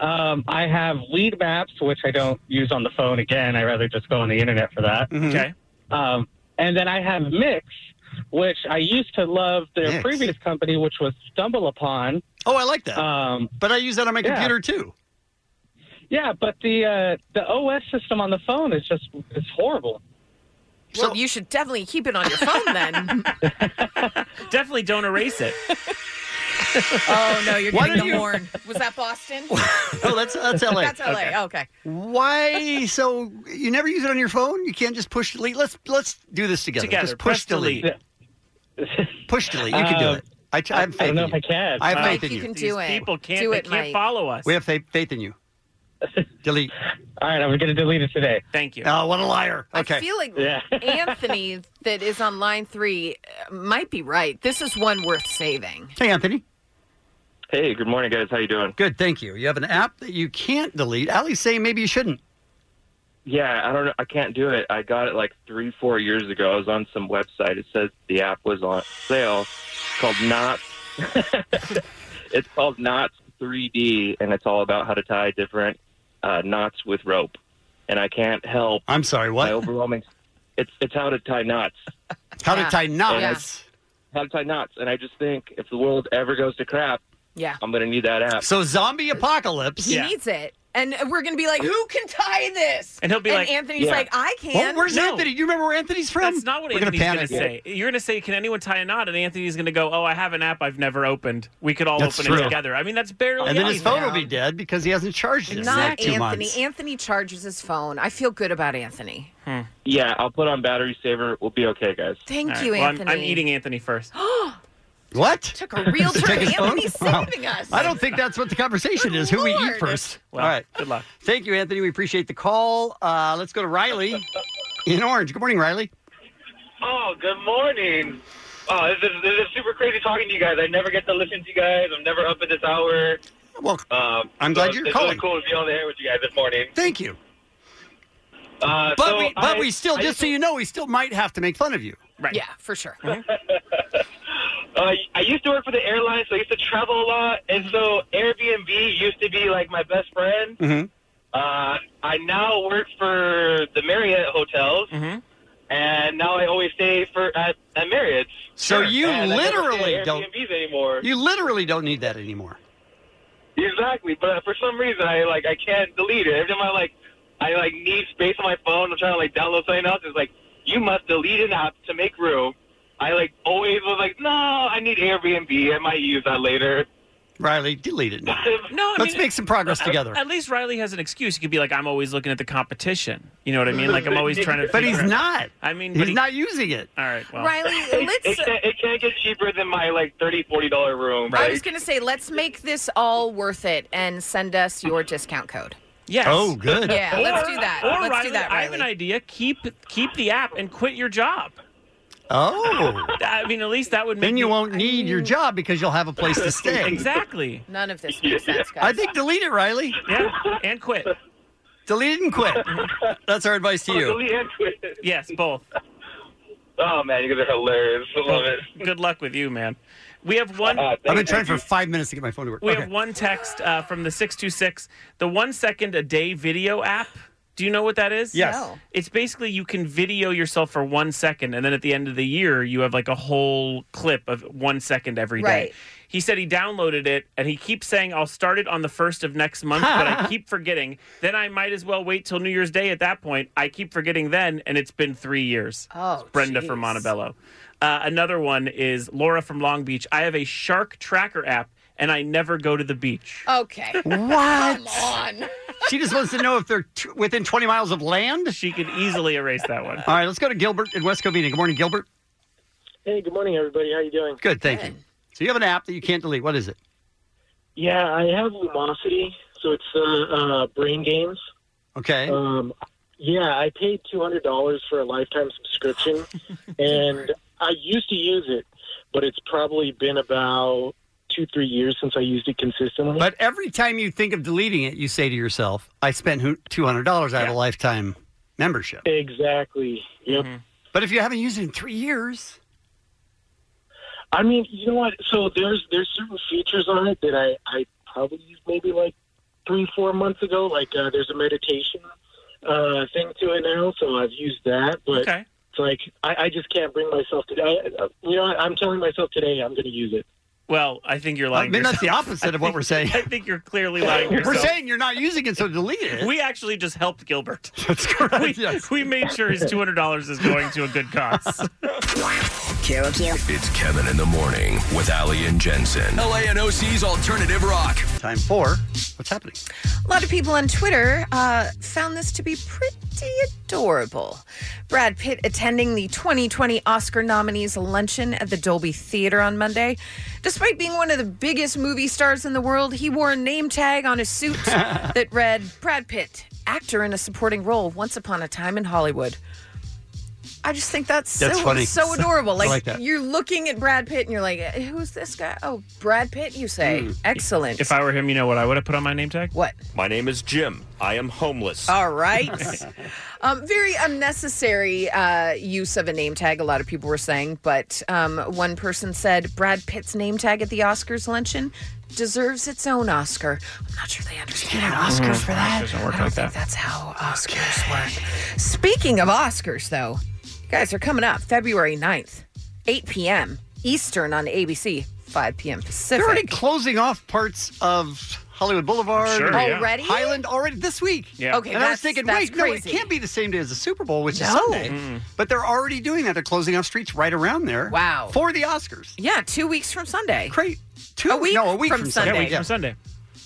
S19: Um, I have lead maps, which I don't use on the phone. Again, I rather just go on the internet for that.
S9: Mm-hmm.
S10: Okay.
S19: Um, and then I have Mix, which I used to love their
S9: Mix.
S19: previous company, which was Stumble Upon.
S9: Oh, I like that.
S19: Um,
S9: but I use that on my
S19: yeah.
S9: computer too.
S19: Yeah, but the uh, the OS system on the phone is just it's horrible.
S11: well, you should definitely keep it on your phone then.
S10: Definitely don't erase it.
S11: oh no, you're
S10: Why
S11: getting the
S10: don't you-
S11: horn. Was that Boston?
S9: Oh, that's that's LA.
S11: That's LA. Okay.
S9: Why? So you never use it on your phone? You can't just push delete. Let's let's do this together.
S10: Together.
S9: Just push
S10: Press delete.
S9: push delete. You can do
S10: Uh,
S9: it. I, t- I have
S10: I
S9: faith.
S10: don't know
S9: in
S10: if I can.
S9: I have
S10: Mike,
S9: faith in
S10: you
S9: you.
S10: can do These it. people can't- Do they it, can't Mike. follow us.
S9: We have faith, faith in you. delete.
S19: All right, I was going to delete it today.
S10: Thank you.
S9: Oh, what a liar. Okay.
S11: I feel like Anthony, that is on line three, uh, might be right. This is one worth saving.
S9: Hey, Anthony.
S1: Hey, good morning, guys. How you doing?
S9: Good, thank you. You have an app that you can't delete. Ali's saying maybe you shouldn't.
S1: Yeah, I don't know. I can't do it. I got it like three, four years ago. I was on some website. It says the app was on sale. It's called Knots. it's called Knots 3D, and it's all about how to tie different uh, knots with rope. And I can't help.
S9: I'm sorry. What?
S1: My overwhelming. It's it's how to tie knots.
S9: How to tie
S1: And I-
S9: knots.
S1: How to tie knots. And I just think if the world ever goes to crap,
S11: Yeah.
S1: I'm going to need that app.
S9: So zombie apocalypse.
S11: He needs it. And we're going to be like, who can tie this?
S1: And he'll be like-
S11: Anthony's
S1: Yeah.
S11: like, I can.
S9: Well, where's Anthony? Do you remember where Anthony's from?
S10: That's not what
S9: We're gonna
S10: Anthony's going to
S9: panic.
S10: say. You're going to say, "Can anyone tie a knot?" And Anthony's going to go, "Oh, I have an app I've never opened. We could all
S9: That's
S10: open
S9: true.
S10: it together." I mean, that's barely.
S9: And then his phone will
S10: anything.
S9: be dead because he hasn't charged it in
S11: Not
S9: like two
S11: Anthony.
S9: months.
S11: Anthony charges his phone. I feel good about Anthony.
S1: Yeah, I'll put on battery saver. We'll be okay, guys.
S11: Thank All right. you, Well, I'm- I'm Anthony. eating
S10: Anthony first.
S9: What?
S11: Took a real
S9: To
S11: turn.
S9: take his phone?
S11: Anthony's
S9: Wow.
S11: saving us.
S9: I don't think that's what the conversation is. Who we eat first. All right.
S10: Good luck.
S9: Thank you, Anthony. We appreciate the call. Uh, let's go to Riley in Orange. Good morning, Riley.
S20: Oh, good morning. Oh, this is, this is super crazy talking to you guys. I never get to listen to you guys. I'm never up at this hour.
S9: Well,
S20: um,
S9: I'm
S20: so
S9: glad you're
S20: it's
S9: calling.
S20: Really cool to be on the air with you guys this morning.
S9: Thank you.
S20: Uh,
S9: but
S20: so
S9: we, but
S20: I-
S9: we still,
S20: I
S9: just so you know, we still might have to make fun of you.
S10: Right. Mm-hmm.
S11: Yeah, for sure.
S20: Uh, I used to work for the airline, so I used to travel a lot, and so Airbnb used to be like my best friend.
S9: Mm-hmm.
S20: Uh, I now work for the Marriott hotels, and now I always stay for at, at Marriott's.
S9: So you
S20: And I never stay at
S9: literally don't-
S20: Airbnbs anymore.
S9: You literally don't need that anymore.
S20: Exactly, but for some reason I like I can't delete it. Every time I like I like need space on my phone, I'm trying to like download something else. It's like you must delete an app to make room. I like always was like, no, I need Airbnb. I might use that later.
S9: Riley, delete it now.
S10: No, I
S9: Let's
S10: mean-
S9: make some progress
S10: At-
S9: together.
S10: At least Riley has an excuse. He could be like, "I'm always looking at the competition." You know what I mean? Like I'm always trying to.
S20: But
S10: figure
S20: he's
S10: out-
S20: not.
S10: I mean,
S20: He's
S9: not using it.
S10: All right. Well,
S11: Riley, let's.
S20: It can't, it can't get cheaper than my like thirty forty dollar room.
S11: I was going to say, let's make this all worth it and send us your discount code.
S10: Yes.
S9: Oh, good.
S11: Yeah, let's do that.
S10: Or
S11: Let's
S10: Riley,
S11: do that,
S10: I have an idea. Keep keep the app and quit your job.
S9: Oh.
S10: I mean, at least that would.
S9: then you won't need your job because you'll have a place to stay.
S10: Exactly.
S11: None of this makes sense, guys.
S9: I think delete it, Riley.
S10: Yeah, and quit.
S9: Delete it and quit. That's our advice
S21: Oh,
S9: to you.
S10: Yes, both.
S20: Oh man, you guys are hilarious. I love it. Uh,
S10: Good luck with you, man. We have one.
S9: I've been trying for five minutes to get my phone to work.
S10: We
S9: Okay.
S10: have one text uh, from the 626, the one second a day video app. Do you know what that is?
S9: Yes. No.
S10: It's basically you can video yourself for one second, and then at the end of the year, you have like a whole clip of one second every day.
S3: Right.
S10: He said he downloaded it, and he keeps saying, I'll start it on the first of next month, but I keep forgetting. Then I might as well wait till New Year's Day at that point. I keep forgetting then, and it's been three years.
S11: Oh,
S10: Brenda from Montebello. Uh, another one is Laura from Long Beach. I have a shark tracker app, and I never go to the beach.
S11: Okay.
S9: What?
S11: Come on.
S9: She just wants to know if they're t- within 20 miles of land.
S10: She could easily erase that one.
S9: All right, let's go to Gilbert in West Covina. Good morning, Gilbert.
S4: Hey, good morning, everybody. How you doing?
S9: Good, thank you. So you have an app that you can't delete. What is it?
S4: Yeah, I have Lumosity, so it's uh, uh, brain games.
S9: Okay.
S4: Um, yeah, I paid two hundred dollars for a lifetime subscription, and I used to use it, but it's probably been about two, three years since I used it consistently.
S9: But every time you think of deleting it, you say to yourself, I spent who- $200. I have a lifetime membership.
S4: Exactly. Yep.
S9: Mm-hmm. But if you haven't used it in three years,
S4: I mean, you know what? So there's there's certain features on it that I I probably used maybe like three four months ago. Like uh, there's a meditation uh, thing to it now, so I've used that. But
S10: Okay.
S4: it's like I, I just can't bring myself to. I, I- you know, what? I'm telling myself today I'm going to use it.
S10: Well, I think you're lying.
S9: I mean, that's the
S10: yourself.
S9: opposite
S10: I
S9: of what we're
S10: think-
S9: saying.
S10: I think you're clearly lying.
S9: We're
S10: Yourself.
S9: saying you're not using it, so delete it.
S10: We actually just helped Gilbert. That's correct. We, we made sure his two hundred dollars is going to a good cause.
S7: It's Kevin in the morning with Ali and Jensen. LA and OC's alternative rock.
S9: Time for what's happening?
S11: A lot of people on Twitter uh, found this to be pretty adorable. Brad Pitt attending the 2020 Oscar nominees luncheon at the Dolby Theater on Monday. Despite being one of the biggest movie stars in the world, he wore a name tag on his suit that read Brad Pitt, actor in a supporting role once upon a time in Hollywood. I just think that's,
S9: That's
S11: so,
S9: funny.
S11: so adorable.
S9: I
S11: Like,
S9: like that.
S11: you're looking at Brad Pitt and you're like, who's this guy? Oh, Brad Pitt, you say.
S9: Hmm.
S11: Excellent.
S10: If I were him, you know what I would have put on my name tag?
S11: What?
S3: My name is Jim. I am homeless.
S11: All right. Um, very unnecessary uh, use of a name tag, a lot of people were saying. But um, one person said Brad Pitt's name tag at the Oscars luncheon deserves its own Oscar. I'm not sure they understand
S16: Mm,
S11: Oscars for that.
S10: Doesn't work
S11: I don't
S10: like
S11: think
S10: Mm-hmm. that.
S11: that's how Oscars work. Speaking of Oscars, though, you guys are coming up February 9th, 8 p.m. Eastern on ABC, 5 p.m. Pacific.
S9: They're already closing off parts of Hollywood Boulevard.
S11: Sure,
S9: and
S11: yeah. Already?
S9: Highland already this week.
S11: Yeah. Okay,
S9: And I
S11: that's-
S9: was thinking,
S11: that's
S9: wait, no, it
S11: crazy.
S9: can't be the same day as the Super Bowl, which is
S11: No.
S9: Sunday. But they're already doing that. They're closing off streets right around there.
S11: Wow.
S9: For the Oscars.
S11: Yeah, two weeks from Sunday.
S9: Great. Two
S11: a week
S9: no, a week
S11: from,
S9: from
S11: Sunday.
S9: Sunday. Yeah, a week from
S10: Sunday.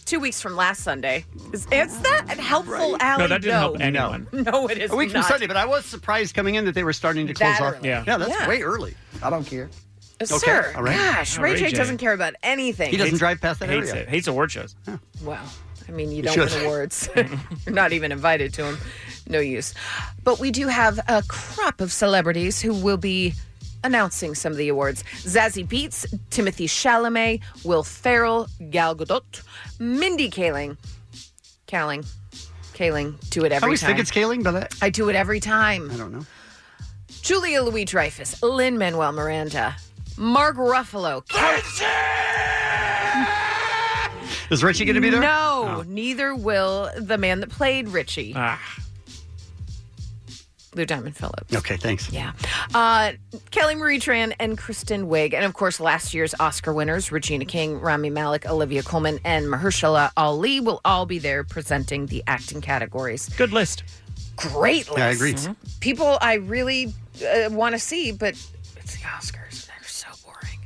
S11: Two weeks from last Sunday. Is, is that helpful, Allie?
S9: No, that didn't help anyone.
S11: No, it is
S9: a week
S11: not.
S9: from Sunday, but I was surprised coming in that they were starting to close
S11: That
S9: off.
S11: early.
S9: Yeah.
S11: Yeah.
S9: that's
S11: Yeah.
S9: way early. I don't care.
S11: Uh,
S9: Okay,
S11: Sir,
S9: all right.
S11: gosh,
S9: Oh,
S11: Ray,
S9: Ray
S11: J,
S9: J.
S11: doesn't care about anything.
S9: He doesn't drive past that
S10: hates
S9: area.
S10: It. Hates award shows.
S11: Well, I mean, you
S10: You
S11: don't
S10: should.
S11: win awards. You're not even invited to them. No use. But we do have a crop of celebrities who will be announcing some of the awards. Zazie Beats, Timothy Chalamet, Will Ferrell, Gal Gadot, Mindy Kaling. Kaling. Kaling. Do it every
S9: I always
S11: time.
S9: think it's Kaling, but I,
S11: I do it every time. I
S9: don't know.
S11: Julia Louis Dreyfus, Lynn Manuel Miranda, Mark Ruffalo,
S9: is Richie going to be there?
S11: No, neither will the man that played Richie,
S9: Ah.
S11: Lou Diamond Phillips.
S9: Okay, thanks.
S11: Yeah. Uh, Kelly Marie Tran and Kristen Wiig, and of course, last year's Oscar winners Regina King, Rami Malek, Olivia Colman, and Mahershala Ali will all be there presenting the acting categories.
S10: Good list.
S11: Great list. Mm-hmm.
S10: Yeah, I agree. Mhm.
S11: People I really uh, want to see, but it's the Oscars. They're so boring.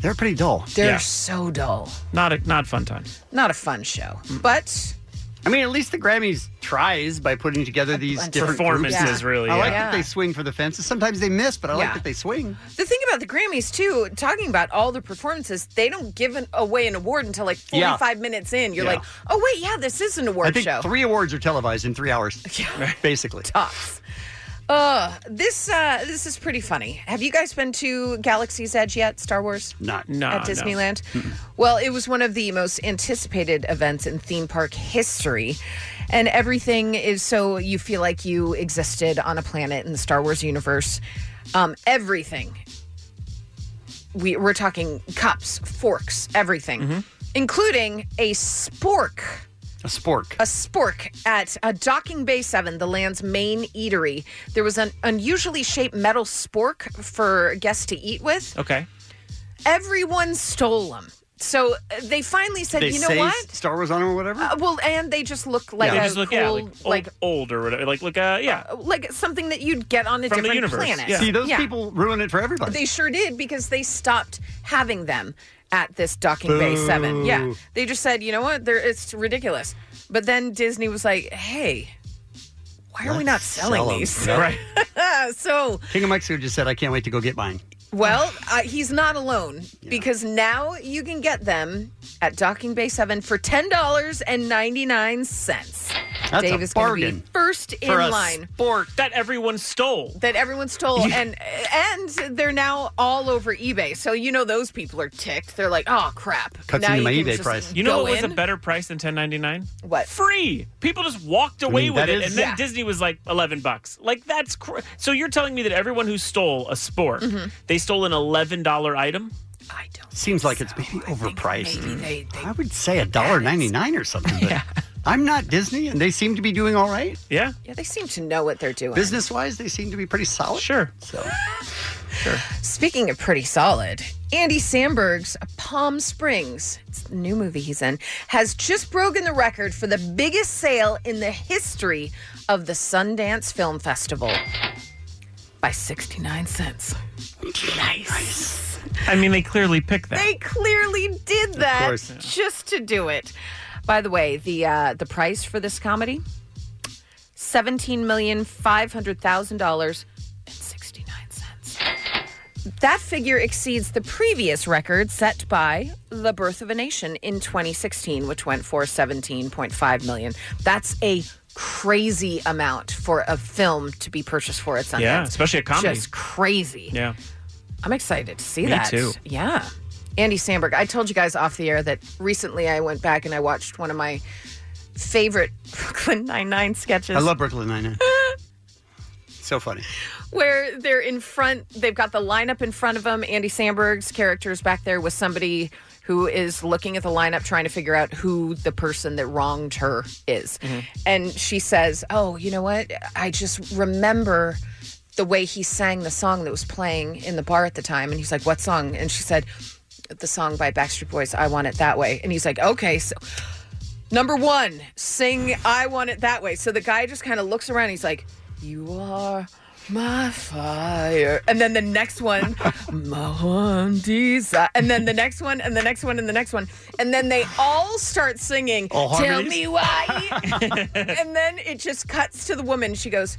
S9: They're pretty dull.
S11: They're so dull.
S10: Not a, not fun times.
S11: Not a fun show, but
S9: I mean, at least the Grammys tries by putting together these
S11: bunch
S9: different
S11: of Performances,
S9: groups.
S11: Yeah. really,
S9: I like
S11: yeah.
S9: that they swing for the fences. Sometimes they miss, but I
S11: Yeah.
S9: like that they swing.
S11: The thing about the Grammys too, talking about all the performances, they don't give an, away an award until like
S9: Yeah.
S11: forty-five minutes in. You're
S9: Yeah.
S11: like, oh wait, yeah, this is an award
S9: I think
S11: show.
S9: three awards are televised in three hours, basically.
S11: Tops. Uh, this uh, this is pretty funny. Have you guys been to Galaxy's Edge yet? Star Wars?
S9: Not
S11: at Disneyland. Well, it was one of the most anticipated events in theme park history. And everything is so you feel like you existed on a planet in the Star Wars universe. Um, everything. We, we're talking cups, forks, everything,
S9: Mm-hmm.
S10: Mm-hmm.
S11: including a spork.
S9: A spork.
S11: A spork at uh, Docking Bay 7, the land's main eatery. There was an unusually shaped metal spork for guests to eat with.
S10: Okay.
S11: Everyone stole them. So uh, they finally said,
S9: they
S11: you know
S9: say
S11: what?
S9: Star Wars on them or whatever.
S11: Uh, well, and they just look like
S10: They
S11: a
S10: just look
S11: cool,
S10: yeah, like, old,
S11: like,
S10: old or whatever. Like look uh yeah.
S11: uh, like something that you'd get on a
S10: From the
S11: different
S10: universe,
S11: planet.
S10: yeah.
S9: See, those people ruin it for everybody.
S11: They sure did because they stopped having them at this docking bay
S9: Boo.
S11: seven. Yeah, they just said, you know what? They're, it's ridiculous. But then Disney was like, hey, why are we not selling
S9: Sell 'em.
S11: these?
S9: Yeah. Right.
S11: so
S9: King of Mexico just said, "I can't wait to go get mine."
S11: Well, uh, he's not alone because now you can get them at Docking Bay 7 for $10.99.
S10: That's
S11: Dave
S10: a
S11: is gonna be
S10: bargain
S11: first in
S10: For a
S11: line.
S9: Spork
S10: that everyone stole.
S11: That everyone stole and and they're now all over eBay. So you know those people are ticked. They're like, "Oh crap." now you can just
S10: You know
S11: go
S10: what was a
S11: in.
S10: better price than ten ninety nine?
S11: What?
S10: Free. People just walked
S9: I mean,
S10: away with
S9: that
S10: it,
S9: is-
S10: and then
S9: Yeah.
S10: Disney was like eleven bucks. Like that's cr- so. You're telling me that everyone who stole a sport,
S11: Mhm.
S10: they stole an eleven dollar item.
S9: Seems like it's maybe overpriced.
S11: maybe they-
S9: I would say a dollar ninety nine or something. But I'm not Disney, and they seem to be doing all right.
S10: Yeah.
S11: Yeah, they seem to know what they're doing.
S9: Business wise, they seem to be pretty solid.
S10: Sure.
S9: So
S10: Sure.
S11: Speaking of pretty solid, Andy Samberg's Palm Springs, it's the new movie he's in, has just broken the record for the biggest sale in the history of the Sundance Film Festival by 69 cents. Nice.
S10: I mean, they clearly picked that.
S11: They clearly did that
S10: course.
S11: just to do it. By the way, the uh, the price for this comedy seventeen million five hundred thousand dollars and sixty nine cents. That figure exceeds the previous record set by The Birth of a Nation in 2016, which went for 17.5 million. That's a crazy amount for a film to be purchased for at Sundance.
S10: Yeah, especially a comedy.
S11: Just crazy.
S10: Yeah.
S11: I'm excited to see
S10: Me
S11: that.
S10: too.
S11: Yeah. Andy Samberg. I told you guys off the air that recently I went back and I watched one of my favorite Brooklyn Nine-Nine sketches.
S9: I love Brooklyn Nine-Nine. so funny.
S11: where they're in front, they've got the lineup in front of them. Andy Samberg's character's back there with somebody who is looking at the lineup trying to figure out who the person that wronged her is.
S5: Mm-hmm.
S10: Mm-hmm.
S11: And she says, Oh, you know what? I just remember the way he sang the song that was playing in the bar at the time. And he's like, What song? And she said, The song by Backstreet Boys, I Want It That Way. And he's like, Okay, so. Number one, sing I Want It That Way. So the guy just kind of looks around. He's like, You are my fire. And then the next one, my one desire. And then the next one, and the next one, and the next one. And then they all start singing,
S12: All
S11: Tell
S12: harmonies?
S11: Me Why. and then it just cuts to the woman. She goes,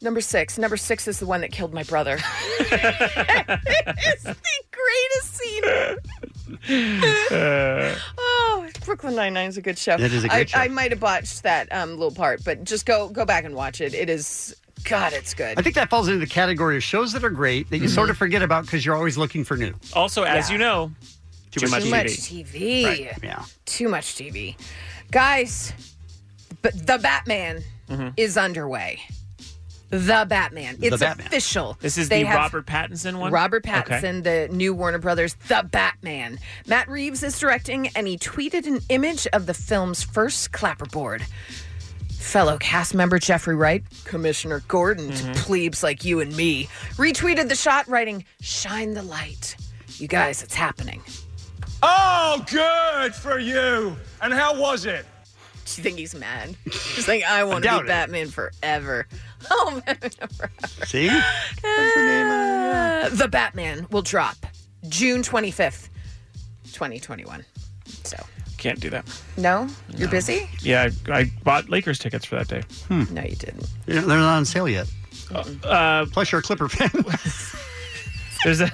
S11: Number six. Number six is the one that killed my brother. it's the greatest scene
S12: Uh,
S11: Oh, Brooklyn Nine Nine is a good show.
S12: It is a great show.
S11: I, I might have botched that um, little part, but just go go back and watch it. It is God, it's good.
S9: I think that falls into the category of shows that are great that you
S10: Mm-hmm.
S9: sort of forget about because you're always looking for new.
S10: Also, as you know, too,
S9: Too
S10: much,
S11: too
S10: TV.
S11: much TV.
S9: Right, yeah.
S11: Too much TV, guys. But the Batman
S10: Mhm.
S11: is underway. The Batman.
S10: The
S11: It's
S10: Batman.
S11: official.
S10: This is
S11: They
S10: the
S11: have-
S10: Robert Pattinson one.
S11: Robert
S10: Okay.
S11: Pattinson, the new Warner Brothers, The Batman. Matt Reeves is directing, and he tweeted an image of the film's first clapperboard. Fellow cast member Jeffrey Wright, Commissioner Gordon,
S10: Mm-hmm.
S11: to plebes like you and me, retweeted the shot, writing, Shine the light. You guys, it's happening.
S22: Oh, good for you. And how was it?
S11: Do you think he's mad? He's like, I want to
S22: doubt
S11: be
S22: it.
S11: Batman forever. Oh, man.
S9: See?
S11: Uh, the Batman will drop June 25th, 2021. So,
S10: Can't do that.
S11: no? You're busy?
S10: Yeah, I, I bought Lakers tickets for that day.
S11: No, you didn't.
S9: You know, Hmm. they're not on sale yet.
S10: Uh,
S9: Plus, you're a Clipper fan.
S10: There's a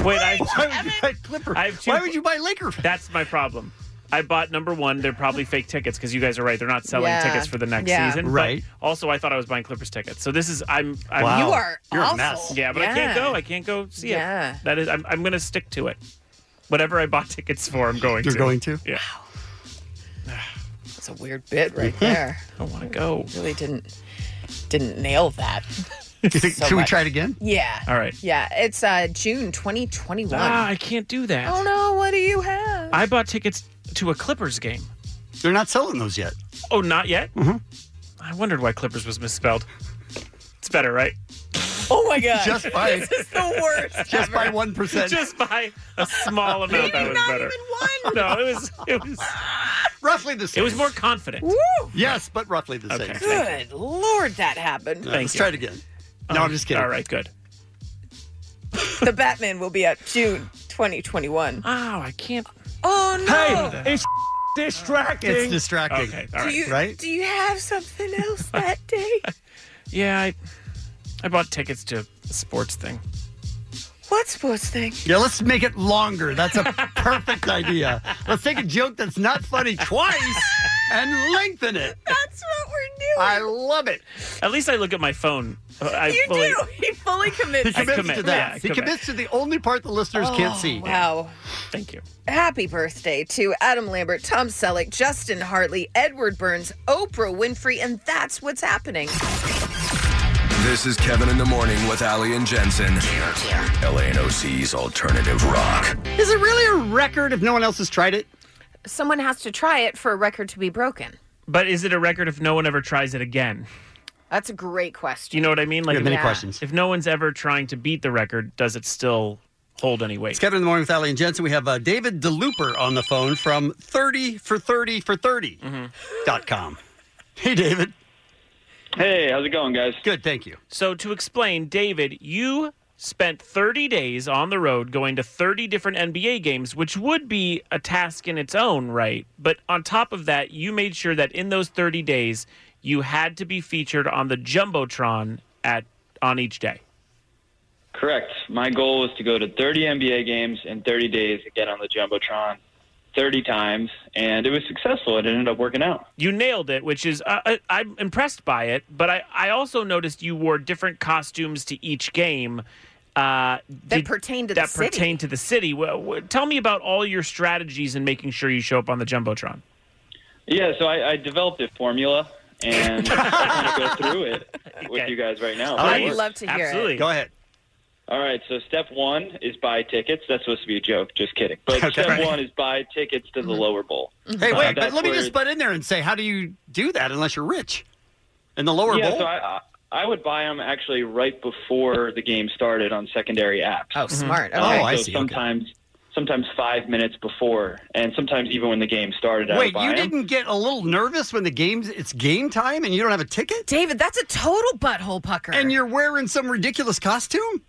S10: wait. I,
S9: Why would you buy Clipper?
S10: I have two,
S9: Why would you buy Laker? Fans?
S10: That's my problem. I bought number one. They're probably fake tickets because you guys are right. They're not selling
S11: Yeah.
S10: tickets for the next
S11: Yeah.
S10: season. But
S9: Right.
S10: also, I thought I was buying Clippers tickets. So this is I'm. I'm
S11: Wow. You are You're a awful. mess.
S10: Yeah, but I
S11: Yeah.
S10: can't go. I can't go see
S11: Yeah.
S10: it. That is. I'm, I'm going to stick to it. Whatever I bought tickets for, I'm going
S9: You're
S10: to.
S9: going to?
S10: Yeah.
S11: It's a weird bit right there.
S10: I want to go.
S11: Really didn't didn't nail that.
S9: You think,
S11: So
S9: should we
S11: much.
S9: try it again?
S11: Yeah.
S10: All right.
S11: Yeah, it's uh, June 2021.
S10: Ah, I can't do that.
S11: Oh no, what do you have?
S10: I bought tickets to a Clippers game.
S9: They're not selling those yet.
S10: Oh, not yet? Mm-hmm. I wondered why Clippers was misspelled. It's better, right?
S11: Oh my god.
S10: Just buy-
S11: This is the worst. ever.
S10: Just by 1%. Just by a small amount. that was better. No, it was it was
S9: roughly the same.
S10: It was more confident.
S11: Woo!
S9: Yes, but roughly the same.
S11: Good lord, that happened.
S9: All right, let's try it again. No, I'm just kidding.
S10: Um, All right, good.
S11: The Batman will be out June 2021. Oh,
S10: I can't.
S11: Oh no.
S22: Hey, it's distracting.
S9: It's distracting. Okay,
S10: all
S11: do
S10: right.
S11: you, Do you have something else that day?
S10: Yeah, I I bought tickets to a sports thing.
S11: What sports thing?
S9: Yeah, let's make it longer. That's a perfect idea. Let's take a joke that's not funny twice and lengthen it.
S11: That's what we're doing.
S9: I love it.
S10: At least I look at my phone. Uh, I
S11: you
S10: fully-
S11: do. He fully commits.
S9: He commits to that.
S10: Yeah, I
S9: he
S10: commit.
S9: commits to the only part the listeners can't
S11: Oh,
S9: see.
S11: Wow.
S10: Thank you.
S11: Happy birthday to Adam Lambert, Tom Selleck, Justin Hartley, Edward Burns, Oprah Winfrey, and that's what's happening.
S7: This is Kevin in the Morning with Ali and Jensen. LANOC's alternative rock.
S9: Is it really a record if no one else has tried it?
S11: Someone has to try it for a record to be broken.
S10: But is it a record if no one ever tries it again?
S11: That's a great question.
S10: Do you know what I mean?
S11: We have many
S10: if-
S11: questions.
S10: If no one's ever trying to beat the record, does it still hold any weight?
S9: It's Kevin in the morning with Ali and Jensen. We have uh, David DeLooper on the phone from 30 for 30 for 30 dot com. Hey, David.
S21: Hey, how's it going, guys?
S9: Good, thank you.
S10: So, to explain, David, you spent 30 days on the road going to 30 different NBA games, which would be a task in its own right. But on top of that, you made sure that in those 30 days, you had to be featured on the Jumbotron at on each day.
S21: Correct. My goal was to go to 30 NBA games in 30 days and get on the Jumbotron 30 times, and it was successful. It ended up working out.
S10: You nailed it, which is uh, I, I'm impressed by it. But I, I also noticed you wore different costumes to each game uh,
S11: That pertain to the
S10: that
S11: city.
S10: pertain to the city. Well, w- tell me about all your strategies in making sure you show up on the jumbotron.
S21: Yeah, so I, I developed a formula, and I'm going to go through it with you guys right now.
S11: I would love to hear it.
S9: ahead.
S21: All right, so step one is buy tickets. That's supposed to be a joke. Just kidding. But step one is buy tickets to the lower bowl.
S9: Hey,
S21: Uh,
S9: wait, but
S21: that's
S9: let me
S21: where-
S9: just butt in there and say, how do you do that unless you're rich? In the lower
S21: yeah,
S9: bowl?
S21: So I, I would buy them actually right before the game started on secondary apps.
S11: Oh, smart.
S21: Uh,
S11: Okay.
S21: so
S11: Oh, I see. Okay.
S21: Sometimes, sometimes five minutes before, and sometimes even when the game started. I would
S9: Wait,
S21: buy
S9: you
S21: 'em.
S9: didn't get a little nervous when the game's it's game time and you don't have a ticket?
S11: David, that's a total butthole pucker.
S9: And you're wearing some ridiculous costume?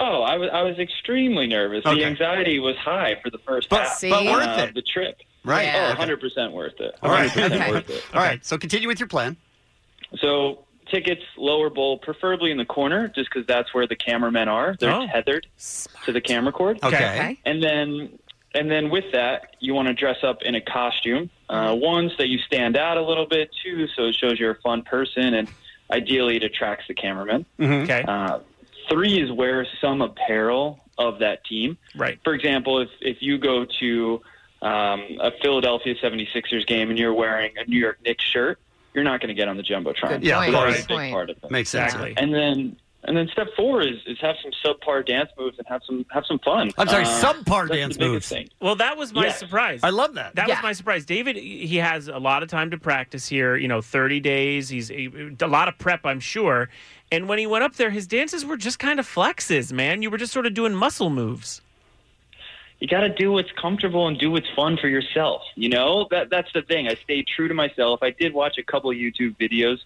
S21: Oh, I was I was extremely nervous.
S9: Okay.
S21: The anxiety was worth it for the first
S9: But-
S21: half.
S9: but worth
S21: uh,
S9: it.
S21: The trip.
S9: Right. Yeah.
S21: Oh,
S9: Okay.
S21: 100% worth it.
S9: All right.
S21: 100%
S9: Okay.
S21: worth it.
S9: All right, so continue with your plan.
S21: So tickets lower bowl, preferably in the corner, just because that's where the cameramen are. They're
S9: Oh.
S21: tethered to the camera cord.
S9: Okay. Okay.
S21: And then, and then with that, you want to dress up in a costume. Uh,
S9: Mm-hmm.
S21: one, so that you stand out a little bit. Two, so it shows you're a fun person, and ideally, it attracts the cameramen.
S9: Mm-hmm.
S10: Okay.
S21: Uh, three is wear some apparel of that team.
S10: Right.
S21: For example, if, if you go to um, a Philadelphia 76ers game and you're wearing a New York Knicks shirt, you're not going to get on the Jumbotron.
S9: Good Yeah, point,
S21: So that was
S9: good
S21: a big
S9: point.
S21: part of it.
S9: Makes sense. Exactly.
S21: And then and then step four is, is have some subpar dance moves and have some have some fun.
S9: I'm sorry,
S21: Uh,
S9: subpar
S21: that's the
S9: dance
S21: biggest
S9: moves.
S21: thing.
S10: Well, that was my
S21: Yeah.
S10: surprise.
S9: I love that.
S10: That
S9: Yeah.
S10: was my surprise. David, he has a lot of time to practice here. You know, thirty days. He's a lot of prep, I'm sure. And when he went up there, his dances were just kind of flexes, man. You were just sort of doing muscle moves.
S21: you got to do what's comfortable and do what's fun for yourself. You know that that's the thing. I stayed true to myself. I did watch a couple YouTube videos.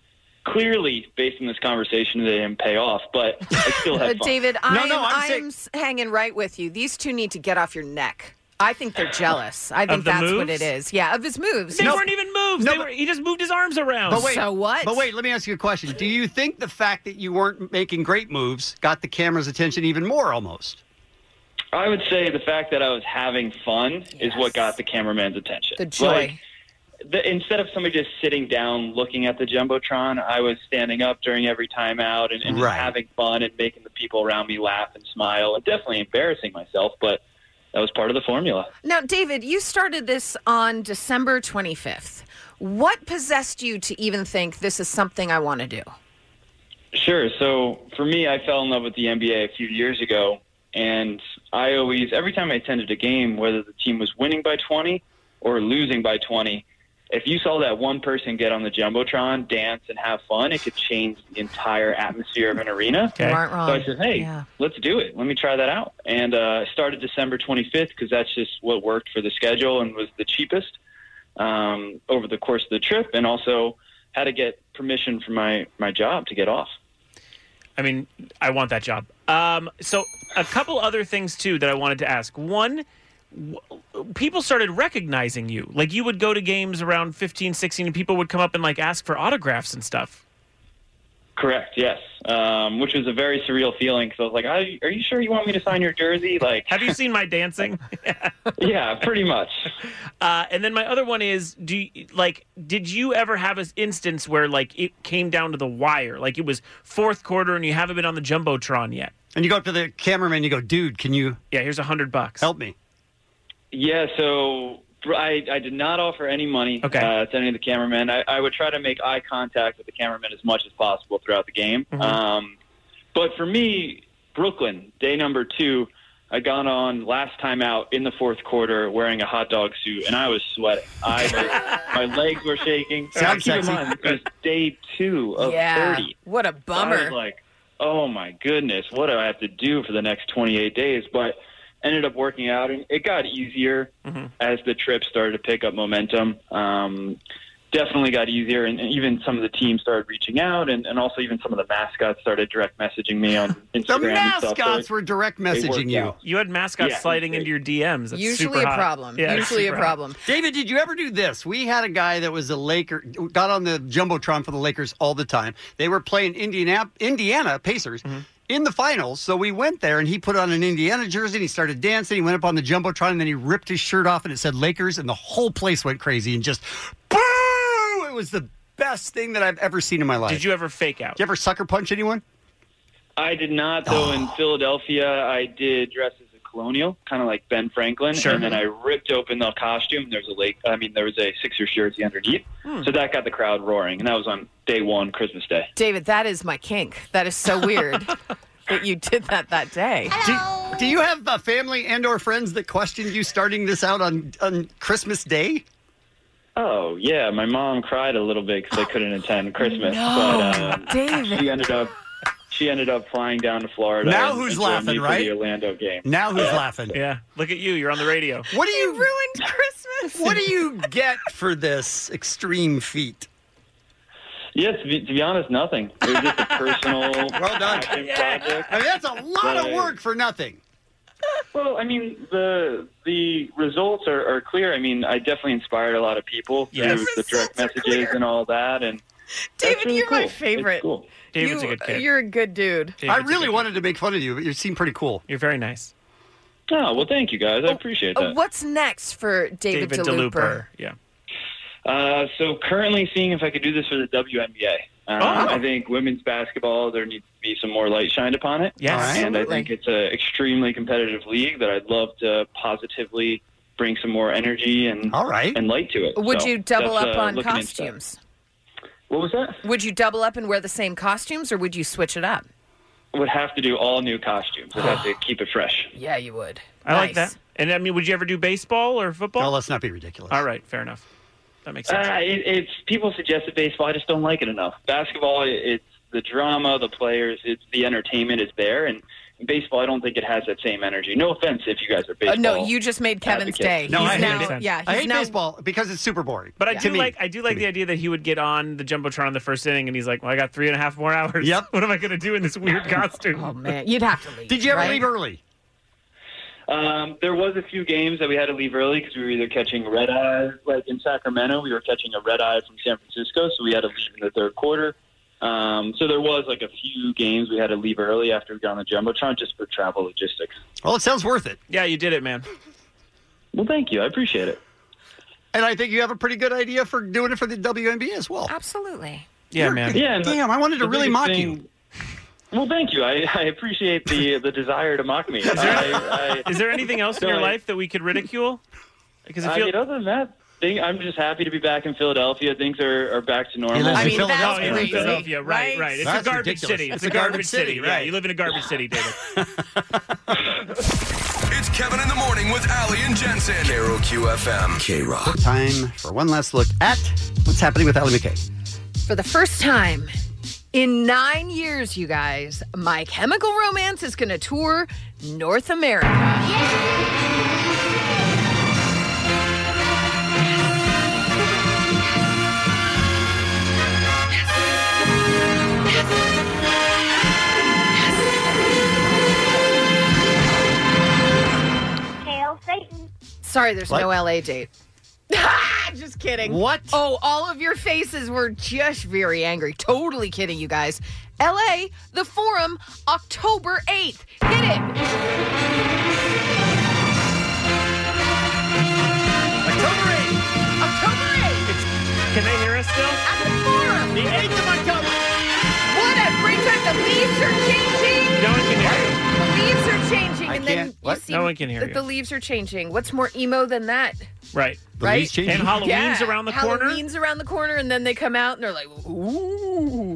S21: Clearly, based on this conversation, they didn't pay off, but I still
S11: Uh,
S21: had fun.
S11: David, I'm, I'm, s- hanging right with you. These two need to get off your neck. I think they're jealous. I
S9: Of
S11: think
S9: the
S11: that's what
S9: moves?
S11: it is. Yeah, of his moves.
S9: They No. weren't
S10: even moves.
S9: No, They but- were-
S10: he just moved his arms around.
S9: But wait,
S11: So what?
S9: But wait, let me ask you a question. Do you think the fact that you weren't making great moves got the camera's attention even more almost?
S21: I would say the fact that I was having fun is what got the cameraman's attention.
S11: The joy.
S21: Like, the, instead of somebody just sitting down looking at the jumbotron, I was standing up during every timeout and, and just
S9: Right.
S21: having fun and making the people around me laugh and smile and definitely embarrassing myself, but that was part of the formula.
S11: Now, David, you started this on December 25th. What possessed you to even think this is something I want to do?
S21: Sure. So for me, I fell in love with the NBA a few years ago, and I always, every time I attended a game, whether the team was winning by 20 or losing by 20, if you saw that one person get on the jumbotron, dance, and have fun, it could change the entire atmosphere of an arena.
S11: Okay. You aren't wrong.
S21: So I said, "Hey, let's do it. Let me try that out." And uh, I started December 25th because that's just what worked for the schedule and was the cheapest um, over the course of the trip, and also had to get permission from my my job to get off.
S10: I mean, I want that job. Um, so, a couple other things too that I wanted to ask. One, w- people started recognizing you. Like you would go to games around 15, 16, and people would come up and like ask for autographs and stuff.
S21: Correct. Yes, um, which was a very surreal feeling because I was like, I, "Are you sure you want me to sign your jersey?" Like,
S10: have you seen my dancing?
S21: yeah, pretty much.
S10: Uh, and then my other one is, do you, like, did you ever have an instance where like it came down to the wire? Like it was fourth quarter and you haven't been on the jumbotron yet.
S9: And you go up to the cameraman, you go, dude, can you?
S10: Yeah, here's a hundred bucks.
S9: Help me.
S21: Yeah, so I, I did not offer any money uh, to any of the cameramen. I, I would try to make eye contact with the cameraman as much as possible
S11: Mm-hmm.
S21: throughout the game.
S19: Mhm.
S21: Um, but for me, Brooklyn, day number two, I got on last time out in the fourth quarter wearing a hot dog suit, and I was sweating. I my legs were shaking.
S11: Sounds
S21: Keep in
S11: sexy.
S21: mind, this was day two of
S11: yeah.
S21: thirty.
S11: What a
S21: I
S11: bummer.
S21: was like, oh my goodness, what do I have to do for the next 28 days? But ended up working out, and it got easier as the trip started to pick up momentum. Um, definitely got easier, and, and even some of the teams started reaching out, and, and also even some of the mascots started direct messaging me on Instagram.
S9: The
S21: and stuff, so
S9: mascots
S21: it-
S9: were direct
S21: they worked
S9: messaging you.
S21: out.
S10: You had mascots
S21: Yeah.
S10: sliding into your DMs. That's
S9: Usually
S10: super
S9: a
S10: hot.
S9: problem.
S10: Yeah, it's
S9: Usually a
S10: super hot.
S9: problem. David, did you ever do this? We had a guy that was a Laker, got on the jumbotron for the Lakers all the time. They were playing Indiana, Indiana Pacers.
S10: Mm-hmm.
S9: In the finals, so we went there, and he put on an Indiana jersey, and he started dancing. He went up on the jumbotron, and then he ripped his shirt off, and it said Lakers, and the whole place went crazy, and just boo! It was the best thing that I've ever seen in my life.
S10: Did you ever fake out?
S9: Did you ever sucker punch anyone?
S21: I did not, though. In
S9: Oh.
S21: Philadelphia, I did dress as a colonial, kind of like Ben Franklin,
S10: Sure.
S21: and then I ripped open the costume. There was a lake. I mean, there was a Sixer jersey underneath,
S11: Hmm.
S21: so that got the crowd roaring, and that was on day one, Christmas Day.
S11: David, that is my kink. That is so weird that you did that that day.
S9: Do, do you have uh, family and/or friends that questioned you starting this out on on Christmas Day?
S21: Oh yeah, my mom cried a little bit because I couldn't attend Christmas, but uh,
S11: David.
S21: she ended up she ended up flying down to Florida.
S9: Now
S21: and-
S9: who's
S21: and joined me
S9: laughing,
S21: for
S9: right?
S21: The Orlando game.
S9: Now who's
S21: Yeah.
S9: laughing?
S10: Yeah. Look at you. You're on the radio.
S9: What do you
S11: ruined Christmas?
S9: What do you get for this extreme feat?
S21: Yes, to be, to be honest, nothing. It was just a personal. well done. Project.
S9: I mean, that's a lot
S21: Right.
S9: of work for nothing.
S21: Well, I mean, the the results are, are clear. I mean, I definitely inspired a lot of people
S10: Yes.
S21: through the direct messages and all that. And
S11: David, you're my
S21: cool. It's
S11: favorite.
S21: cool.
S11: you, You're a good dude.
S9: I really wanted to make fun of you, but you seem pretty cool.
S10: You're very nice.
S21: Oh well, thank you guys. I appreciate
S11: Uh,
S21: that.
S11: What's next for David, DeLuper?
S10: Yeah.
S21: Uh, so currently seeing if I could do this for the WNBA. Um,
S11: Oh.
S21: I think women's basketball there needs to be some more light shined upon it.
S10: Yes. All right.
S21: and I think it's an extremely competitive league that I'd love to positively bring some more energy and
S9: all right
S21: and light to it.
S11: Would
S21: So
S11: you double
S21: that's,
S11: up
S21: uh,
S11: on
S21: looking into that.
S11: costumes?
S21: What was that?
S11: Would you double up and wear the same costumes or would you switch it up?
S21: Would have to do all new costumes. Would have to keep it fresh.
S11: Yeah, you would.
S10: I like that. And I mean, would you ever do baseball or football? No,
S9: Oh, let's not be ridiculous.
S10: All right, fair enough. That makes sense.
S21: Uh, it, it's people suggested baseball. I just don't like it enough. Basketball, it, it's the drama, the players, it's the entertainment is there, and baseball, I don't think it has that same energy. No offense if you guys are
S11: Uh,
S21: baseball.
S11: no, you just made Kevin's day.
S21: advocates.
S9: No, I
S11: he's
S9: hate
S11: now,
S9: baseball.
S11: Yeah, he's
S9: I hate
S11: now,
S9: baseball because it's super boring.
S10: But I
S9: To
S10: do
S9: me.
S10: like I do like the idea that he would get on the jumbotron in the first inning, and he's like, "Well, I got three and a half more hours. Yep. what am I going to do in this weird costume? oh
S11: man, you'd have to leave.
S9: Did you ever leave early?
S21: Um, there was a few games that we had to leave early because we were either catching red eye, like in Sacramento, we were catching a red eye from San Francisco, so we had to leave in the third quarter. Um, so there was like a few games we had to leave early after we got on the jumbotron just for travel logistics.
S9: Well, it sounds worth it.
S10: Yeah, you did it, man.
S21: Well, thank you. I appreciate it.
S9: And I think you have a pretty good idea for doing it for the WNBA as well.
S11: Absolutely.
S10: Yeah, man.
S21: Yeah, and the-
S9: Damn, I wanted to
S21: the
S9: really
S21: biggest
S9: mock
S21: thing-
S9: you.
S21: Well, thank you. I, I appreciate the the desire to mock me. Is there, I, I,
S10: Is there anything else in
S21: No,
S10: your
S21: I-
S10: life that we could ridicule? Because
S21: I
S10: it feels.
S21: mean, other than that, thing, I'm just happy to be back in Philadelphia. Things are, are back to normal.
S10: I mean, Philadelphia, Philadelphia, right, right. It's a
S21: That's
S10: garbage
S21: ridiculous.
S10: city. It's, a garbage, city, Yeah, you live in a garbage city, David.
S7: It's Kevin in the Morning with Ali and Jensen. Carol QFM. K Rock.
S9: Time for one last look at what's happening with Ellie McKay.
S11: For the first time in nine years, you guys, My Chemical Romance is going to tour North America.
S5: Hail Satan.
S11: Sorry, there's
S5: What?
S11: no LA date. just kidding.
S5: What?
S11: Oh, all of your faces were just very angry. Totally kidding, you guys. LA, the forum, October 8th. Hit it.
S10: October 8th.
S11: October 8th.
S10: Can they hear us still?
S11: At the forum.
S10: The 8th of October.
S11: What a great time. The leaves are changing.
S10: No one can hear you.
S11: The leaves are changing. and then you see
S10: No one can hear
S11: that
S10: you.
S11: the leaves are changing. What's more emo than that?
S10: Right.
S11: right?
S10: And Halloween's
S11: Yeah.
S10: around the corner.
S11: Halloween's around the corner, and then they come out and they're like, ooh.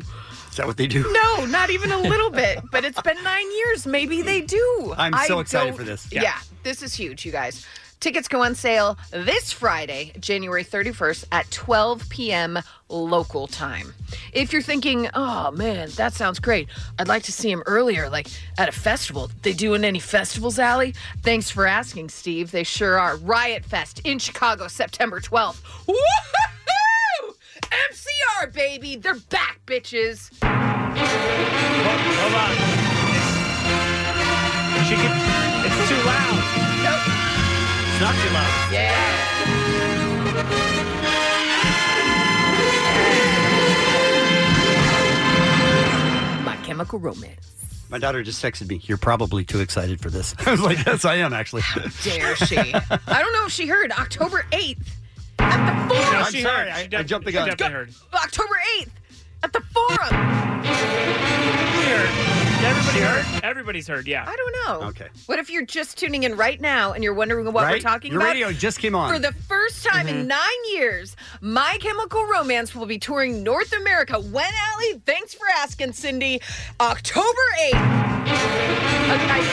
S9: Is that what they do?
S11: No, not even a little bit. But it's been nine years. Maybe they do.
S9: I'm so
S11: I
S9: excited
S11: don't-
S9: for this.
S11: Yeah.
S9: Yeah.
S11: this is huge, you guys. Tickets go on sale this Friday, January 31st at 12 p.m. local time. If you're thinking, oh man, that sounds great. I'd like to see him earlier, like at a festival. They doing any festivals, Allie? Thanks for asking, Steve. They sure are. Riot Fest in Chicago, September 12th. Woohoo! MCR, baby. They're back, bitches.
S10: She can, it's too loud. It's not too loud.
S11: Yeah. My Chemical Romance.
S9: My daughter just texted me. You're probably too excited for this. I was like, yes, I am actually.
S11: Dare she? I don't know if she heard. October 8th at the Forum.
S9: I'm sorry. I, I jumped the gun.
S11: October 8th at the Forum.
S10: Weird. Everybody heard? Everybody's heard, yeah.
S11: I don't know.
S9: Okay.
S11: What if you're just tuning in right now and you're wondering what we're
S9: Right?
S11: talking
S9: Your
S11: about?
S9: radio just came on.
S11: For the first time in
S9: Mhm.
S11: nine years, My Chemical Romance will be touring North America. When, Allie? Thanks for asking, Cindy. October 8th. I, I-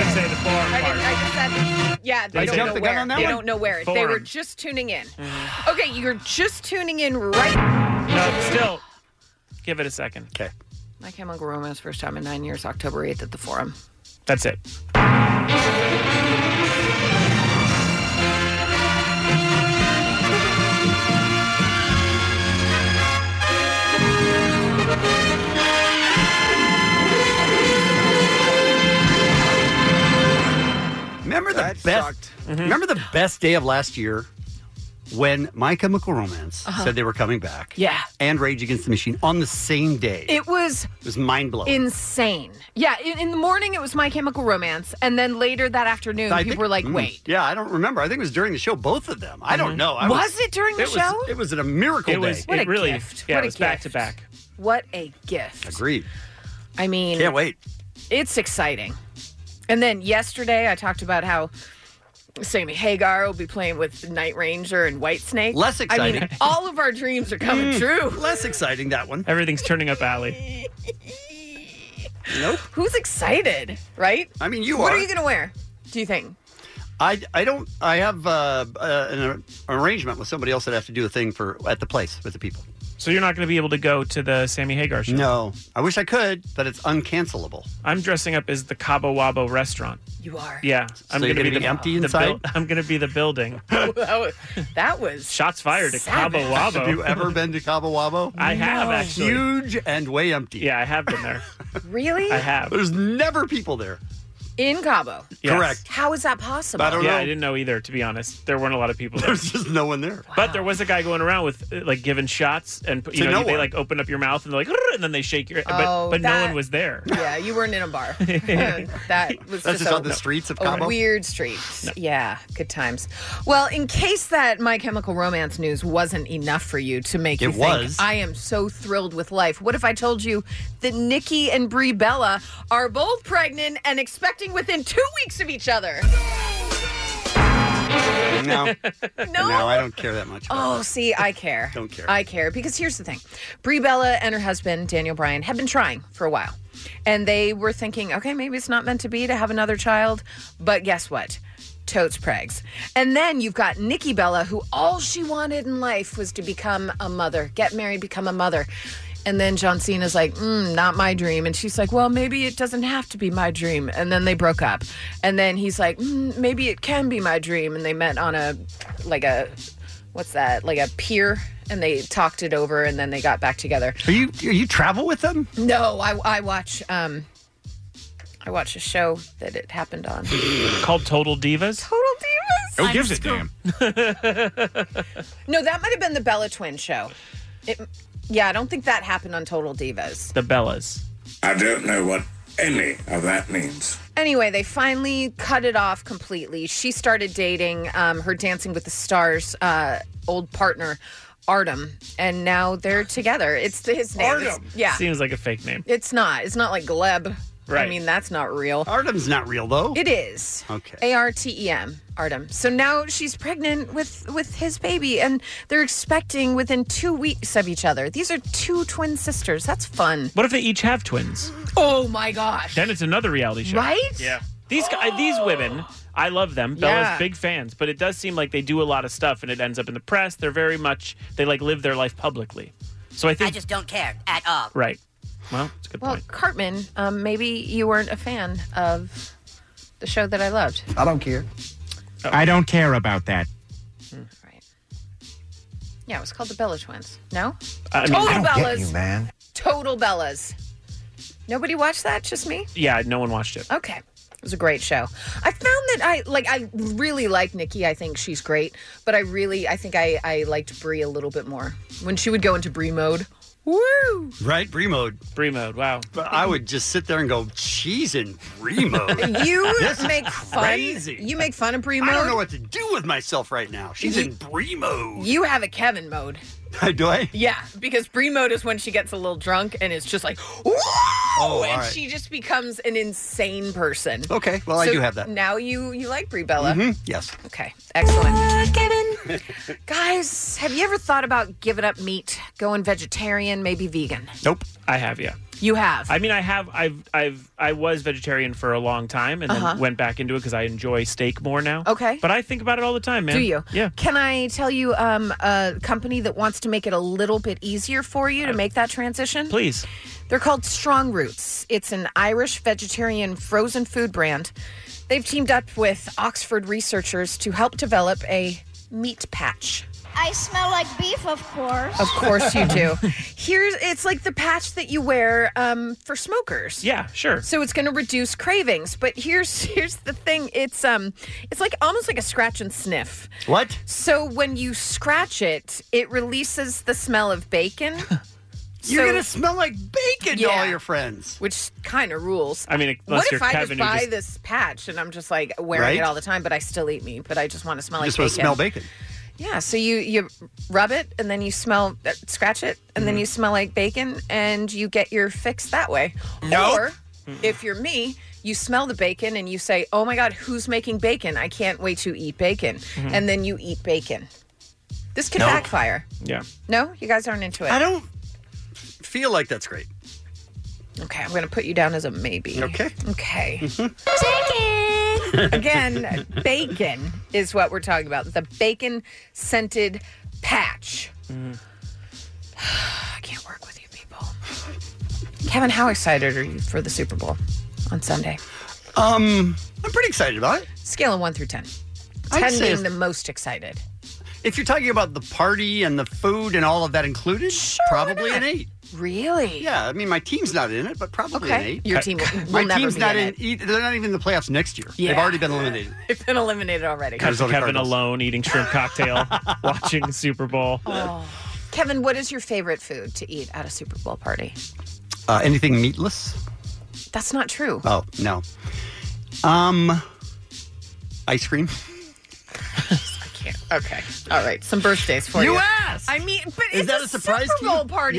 S10: Just say the forum
S11: I
S10: part.
S11: didn't, I just said, yeah, they
S10: They
S11: don't
S10: jumped
S11: know
S10: the gun
S11: where.
S10: on that
S11: they
S10: one?
S11: don't know where. They were
S10: Forum.
S11: just tuning in. Okay, you're just tuning in right.
S10: No, still. Give it a second.
S9: Okay.
S11: My Chemical Romance, first time in nine years, October 8th at the Forum.
S10: That's it.
S9: Remember the best. Mm-hmm. Remember the best day of last year when My Chemical Romance
S11: Uh-huh.
S9: said they were coming back.
S11: Yeah.
S9: And Rage Against the Machine on the same day.
S11: It was
S9: It was mind blowing.
S11: insane. Yeah, in, in the morning it was My Chemical Romance, and then later that afternoon people were like, "Wait,
S9: mm, Yeah, I don't remember. I think it was during the show, both of them. I don't know. I
S11: Was it during the
S9: was-
S11: show?
S9: it was a miracle
S10: Mm-hmm. It
S9: day.
S10: was it really Yeah,
S11: What
S10: it
S11: a
S10: was back to back.
S11: what a gift!"
S9: Agreed.
S11: I mean,
S9: Can't wait.
S11: It's exciting. And then yesterday I talked about how Sammy Hagar will be playing with Night Ranger and Whitesnake.
S9: Less
S11: I mean,
S9: exciting.
S11: all of our dreams are coming
S10: Hmm.
S9: Mm,
S11: true.
S9: Less exciting that one.
S10: Everything's turning up alley.
S9: Nope.
S11: Who's excited, right?
S9: I mean, you
S11: What
S9: are.
S11: are you going to wear? Do you think?
S9: I, I don't. I have uh, uh, an, ar- arrangement with somebody else that I have to do a thing for at the place with the people.
S10: So you're not going to be able to go to the Sammy Hagar show?
S9: No. I wish I could, but it's uncancelable.
S10: I'm dressing up as the Cabo Wabo restaurant.
S11: You are.
S10: Yeah, I'm
S9: you're
S10: going
S9: gonna
S10: to be
S9: be
S10: the
S9: empty
S10: the
S9: inside?
S10: buil- I'm going to be the building.
S11: that was, that was
S10: shots fired at Cabo Wabo.
S9: Have you ever been to Cabo Wabo?
S10: I have, No. actually.
S9: Huge and way empty. Yeah,
S10: I have been there.
S11: Really?
S10: I have.
S9: There's never people there.
S11: In Cabo.
S10: Yes. Correct.
S11: How is that possible?
S10: yeah, I didn't know either. To be honest, there weren't a lot of people. There.
S9: There's just no one there.
S10: But there was a guy going around with uh, like giving shots, and
S9: To
S10: you know
S9: no
S10: they
S9: one.
S10: like open up your mouth and they're like, "Rrr," and then they shake your.
S11: Oh,
S10: but but no
S11: that-
S10: one was there.
S11: Yeah, you weren't in a bar. that was
S10: That's just
S11: a,
S10: on the streets of
S11: a
S10: Cabo?
S11: weird streets. Yeah, good times. Well, in case that My Chemical Romance news wasn't enough for you to make you
S9: It
S11: think
S9: was.
S11: I am so thrilled with life. What if I told you that Nikki and Brie Bella are both pregnant and expecting within two weeks of each other?
S9: No. no. I don't care that much.
S11: Oh, see, I care.
S9: Don't care.
S11: I care because here's the thing: Brie Bella and her husband Daniel Bryan have been trying for a while, and they were thinking, okay, maybe it's not meant to be to have another child. But guess what? Totes pregs. And then you've got Nikki Bella, who all she wanted in life was to become a mother, get married, become a mother. And then John Cena's like, mm, not my dream. And she's like, well, maybe it doesn't have to be my dream. And then they broke up. And then he's like, mm, maybe it can be my dream. And they met on a, like a, what's that? Like a pier. And they talked it over and then they got back together.
S9: Are you are you travel with them?
S11: No, I, I watch, um, I watch a show that it happened on.
S10: Called Total Divas.
S11: Total Divas.
S10: Who gives a damn?
S11: No, that might have been the Bella Twin show. It, yeah, I don't think that happened on Total Divas.
S10: The Bellas.
S5: I don't know what any of that means.
S11: Anyway, they finally cut it off completely. She started dating um, her Dancing with the Stars uh, old partner, Artem, and now they're together. It's his name. It's- yeah.
S10: Seems like a fake name.
S11: It's not. It's not like Gleb. I mean, that's not real.
S9: Artem's not real though.
S11: It is.
S9: Okay.
S11: A R T E M, Artem. So now she's pregnant with with his baby, and they're expecting within two weeks of each other. These are two twin sisters. That's fun.
S10: What if they each have twins?
S11: Oh my gosh!
S10: Then it's another reality show,
S11: Right?
S10: Yeah. These gu- these women, I love them. Bella's
S11: Yeah.
S10: big fans, but it does seem like they do a lot of stuff, and it ends up in the press. They're very much they like live their life publicly. So I think
S11: just don't care at all.
S10: right. Well, it's a good
S11: Well,
S10: point.
S11: Cartman, um, maybe you weren't a fan of the show that I loved.
S23: I don't care. I don't care about that.
S11: Yeah, it was called the Bella Twins. No,
S10: I
S11: Total
S23: I don't get
S11: Bellas.
S23: you, man.
S11: Total Bellas. Nobody watched that. Just me.
S10: Yeah, no one watched it.
S11: Okay. It was a great show. I found that I like I really like Nikki. I think she's great, but I really I think I I liked Brie a little bit more. When she would go into Brie mode. Woo!
S9: Right, Bree mode.
S10: Bree mode. Wow.
S9: But I would just sit there and go, "She's in Bree mode."
S11: You
S9: This is
S11: make fun.
S9: Oh. Crazy.
S11: You make fun of Brie mode.
S9: I don't know what to do with myself right now. She's in Bree mode.
S11: You have a Kevin mode.
S9: do I?
S11: Yeah, because Brie mode is when she gets a little drunk and it's just like woo!
S9: Oh, all
S11: and
S9: right.
S11: she just becomes an insane person.
S9: Okay, well, I
S11: So
S9: do have that.
S11: Now you you like Brie Bella.
S9: Mhm, Yes.
S11: Okay, excellent. Kevin, guys, have you ever thought about giving up meat, going vegetarian, maybe vegan?
S9: Nope.
S10: I have yeah.
S11: You have.
S10: I mean, I have. I've. I've. I was vegetarian for a long time, and
S11: Uh-huh.
S10: then went back into it because I enjoy steak more now.
S11: Okay.
S10: But I think about it all the time, man.
S11: Do you?
S10: Yeah.
S11: Can I tell you um, a company that wants to make it a little bit easier for you to make that transition?
S10: Uh, Please.
S11: They're called Strong Roots. It's an Irish vegetarian frozen food brand. They've teamed up with Oxford researchers to help develop a meat patch.
S2: I smell like beef, of course.
S11: Of course you do. Here's it's like the patch that you wear um, for smokers.
S10: Yeah, sure.
S11: So it's going to reduce cravings, but here's here's the thing. It's um it's like almost like a scratch and sniff.
S9: What?
S11: So when you scratch it, it releases the smell of bacon.
S9: You're gonna smell like bacon to all your friends.
S11: Which kind of rules.
S10: I mean, unless
S11: what
S10: you're
S11: if I
S10: Kevin,
S11: just
S10: who
S11: buy
S10: just-
S11: this patch and I'm just like wearing
S10: Right?
S11: it all the time, but I still eat meat, but I just want to smell
S9: You
S11: like
S9: just
S11: bacon.
S9: want to smell bacon.
S11: Yeah, so you you rub it and then you smell uh, scratch it and then you smell like bacon and you get your fix that way.
S12: Nope.
S11: Or if you're me, you smell the bacon and you say, "Oh my god, who's making bacon? I can't wait to eat bacon."
S10: Mhm.
S11: And then you eat bacon. This could
S9: Nope.
S11: backfire.
S10: Yeah.
S11: No, you guys aren't into it.
S9: I don't feel like that's great.
S11: Okay, I'm going to put you down as a maybe.
S9: Okay. Mm-hmm.
S11: Okay. bacon. Again, bacon is what we're talking about. The bacon scented patch.
S10: Mm.
S11: I can't work with you people. Kevin, how excited are you for the Super Bowl on Sunday?
S9: Um, I'm pretty excited about it.
S11: Scale of one through ten.
S9: I'd
S11: Ten
S9: say
S11: being
S9: if-
S11: the most excited.
S9: If you're talking about the party and the food and all of that included, probably
S11: not?
S9: an eight.
S11: Really?
S9: Yeah, I mean, my team's not in it, but probably an
S11: Okay.
S9: eight.
S11: Your team will-
S9: my
S11: will never
S9: team's
S11: be
S9: not
S11: in
S9: in.
S11: it.
S9: Either. They're not even in the playoffs next year.
S11: Yeah.
S9: They've already been eliminated.
S11: They've been eliminated already.
S10: Cut to Kevin alone eating shrimp cocktail, watching Super Bowl.
S11: Oh. Kevin, what is your favorite food to eat at a Super Bowl party?
S9: Uh, anything meatless?
S11: That's not true.
S9: Oh no. Um, ice cream.
S11: Okay. All right. Some birthdays for you.
S9: You asked!
S11: I mean, but
S9: Is
S11: it's
S9: that
S11: a,
S9: a surprise to
S11: Super
S9: you?
S11: Bowl party.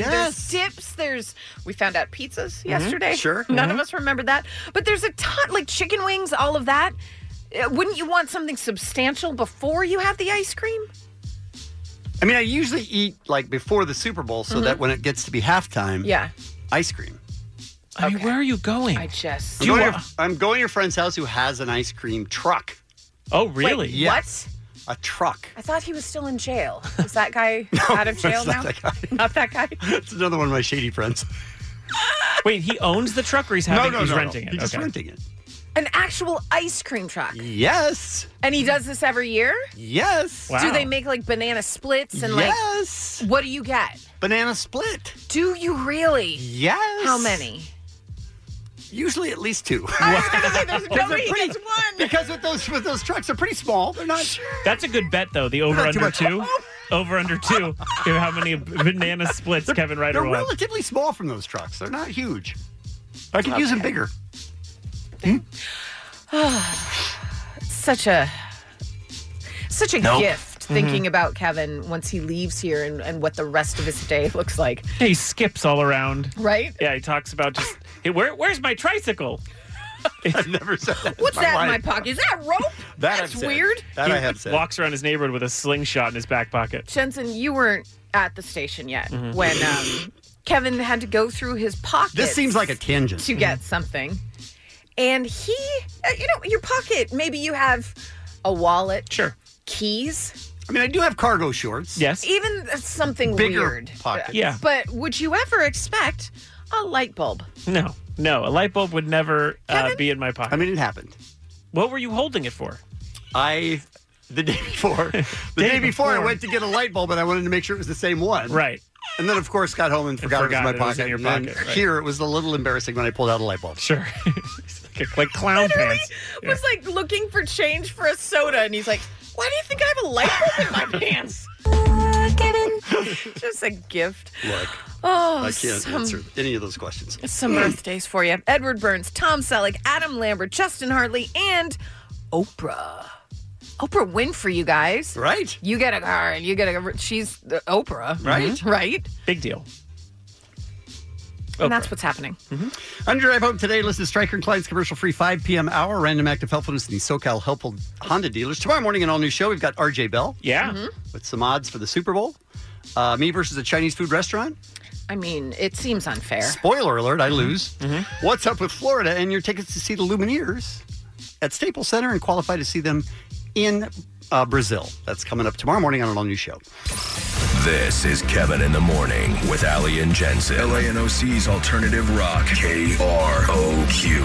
S11: There's
S9: Yes.
S11: dips. There's we found out pizzas
S9: Mhm,
S11: yesterday.
S9: sure.
S11: None of
S9: Mhm.
S11: us remember that. But there's a ton like chicken wings, all of that. Uh, Wouldn't you want something substantial before you have the ice cream?
S9: I mean, I usually eat like before the Super Bowl, so
S11: Mhm.
S9: that when it gets to be halftime,
S11: Yeah.
S9: ice cream.
S10: I mean, where are you going? I
S11: just.
S9: I'm, going to, I'm going to a friend's house who has an ice cream truck.
S10: Oh,
S11: really?
S9: yes. What? A truck.
S11: I thought he was still in jail. Is that guy out of
S9: it's
S11: jail now?
S9: not that guy.
S11: Not that guy.
S9: It's another one of my shady friends.
S10: Wait, he owns the truck or he's having?
S9: no, no,
S10: he's
S9: no,
S10: renting
S9: no.
S10: it.
S9: He's just
S10: Okay.
S9: renting it.
S11: An actual ice cream truck.
S9: Yes.
S11: And he does this every year?
S9: Yes.
S11: Do they make like banana splits and like
S9: Yes.
S11: what do you get?
S9: Banana split.
S11: Do you really?
S9: Yes.
S11: How many?
S9: Usually at least two.
S11: there's
S9: Because
S11: nobody
S9: they're pretty- Because with those with those trucks, they're pretty small. They're not.
S10: That's a good bet though. The over under two. Over under two. You know How many banana splits Kevin Ryder
S9: They're
S10: won?
S9: relatively small from those trucks. They're not huge. I could use them
S11: Okay.
S9: bigger.
S11: such a such a
S10: Nope.
S11: gift
S9: Mm-hmm.
S10: Mhm.
S11: thinking about Kevin once he leaves here and, and what the rest of his day looks like.
S10: He skips all around.
S11: Right?
S10: Yeah, he talks about just Hey, where, where's my tricycle?
S9: I've never said that.
S11: What's that in my pocket? Is that rope? That's weird.
S10: he Walks around his neighborhood with a slingshot in his back pocket.
S11: Jensen, you weren't at the station yet
S10: Mhm.
S11: when um, Kevin had to go through his pocket.
S9: Mm-hmm. This seems Mm-hmm. like a tangent.
S11: to get something. And he, uh, you know, your pocket, maybe you have a wallet.
S10: Sure.
S11: Keys.
S9: I mean, I do have cargo shorts.
S10: Yes.
S11: Even something
S9: Bigger
S11: weird.
S9: pockets.
S10: Yeah.
S11: But would you ever expect a light bulb?
S10: No, no, a light bulb would never uh, be in my pocket. I
S9: mean, it happened.
S10: What were you holding it for?
S9: I the day before. The day, before, I went to get a light bulb, and I wanted to make sure it was the same one.
S10: Right.
S9: And then, of course, got home and forgot,
S10: forgot
S9: it was in
S10: it
S9: my
S10: was
S9: pocket.
S10: in your
S9: And then
S10: pocket, right.
S9: Here, it was a little embarrassing when I pulled out a light bulb.
S10: Sure. like clown
S11: Literally was like looking for change for a soda, and he's like, "Why do you think I have a light bulb in my pants?" Just a gift.
S9: Look,
S11: Oh,
S9: I can't
S11: some-
S9: answer any of those questions.
S11: Some birthdays for you. Edward Burns, Tom Selleck, Adam Lambert, Justin Hartley, and Oprah. Oprah Winfrey, you guys.
S9: Right.
S11: You get a car and you get a. She's the Oprah. Mm-hmm.
S9: Right.
S11: Right.
S10: Big deal.
S11: And that's what's happening.
S10: Mm-hmm.
S9: On your drive home today, listen to Stryker and Klein's commercial free 5 p.m. hour, random act of helpfulness in the SoCal helpful Honda dealers. Tomorrow morning, an all new show, we've got RJ Bell.
S10: Yeah.
S11: Mm-hmm.
S9: With some odds for the Super Bowl. Uh, me versus a Chinese food restaurant.
S11: I mean, it seems unfair.
S9: Spoiler alert, I lose. What's up with Florida and your tickets to see the Lumineers at Staples Center and qualify to see them in uh, Brazil? That's coming up tomorrow morning on an all new show.
S7: This is Kevin in the Morning with Ali and Jensen. LANOC's Alternative Rock. K R O Q.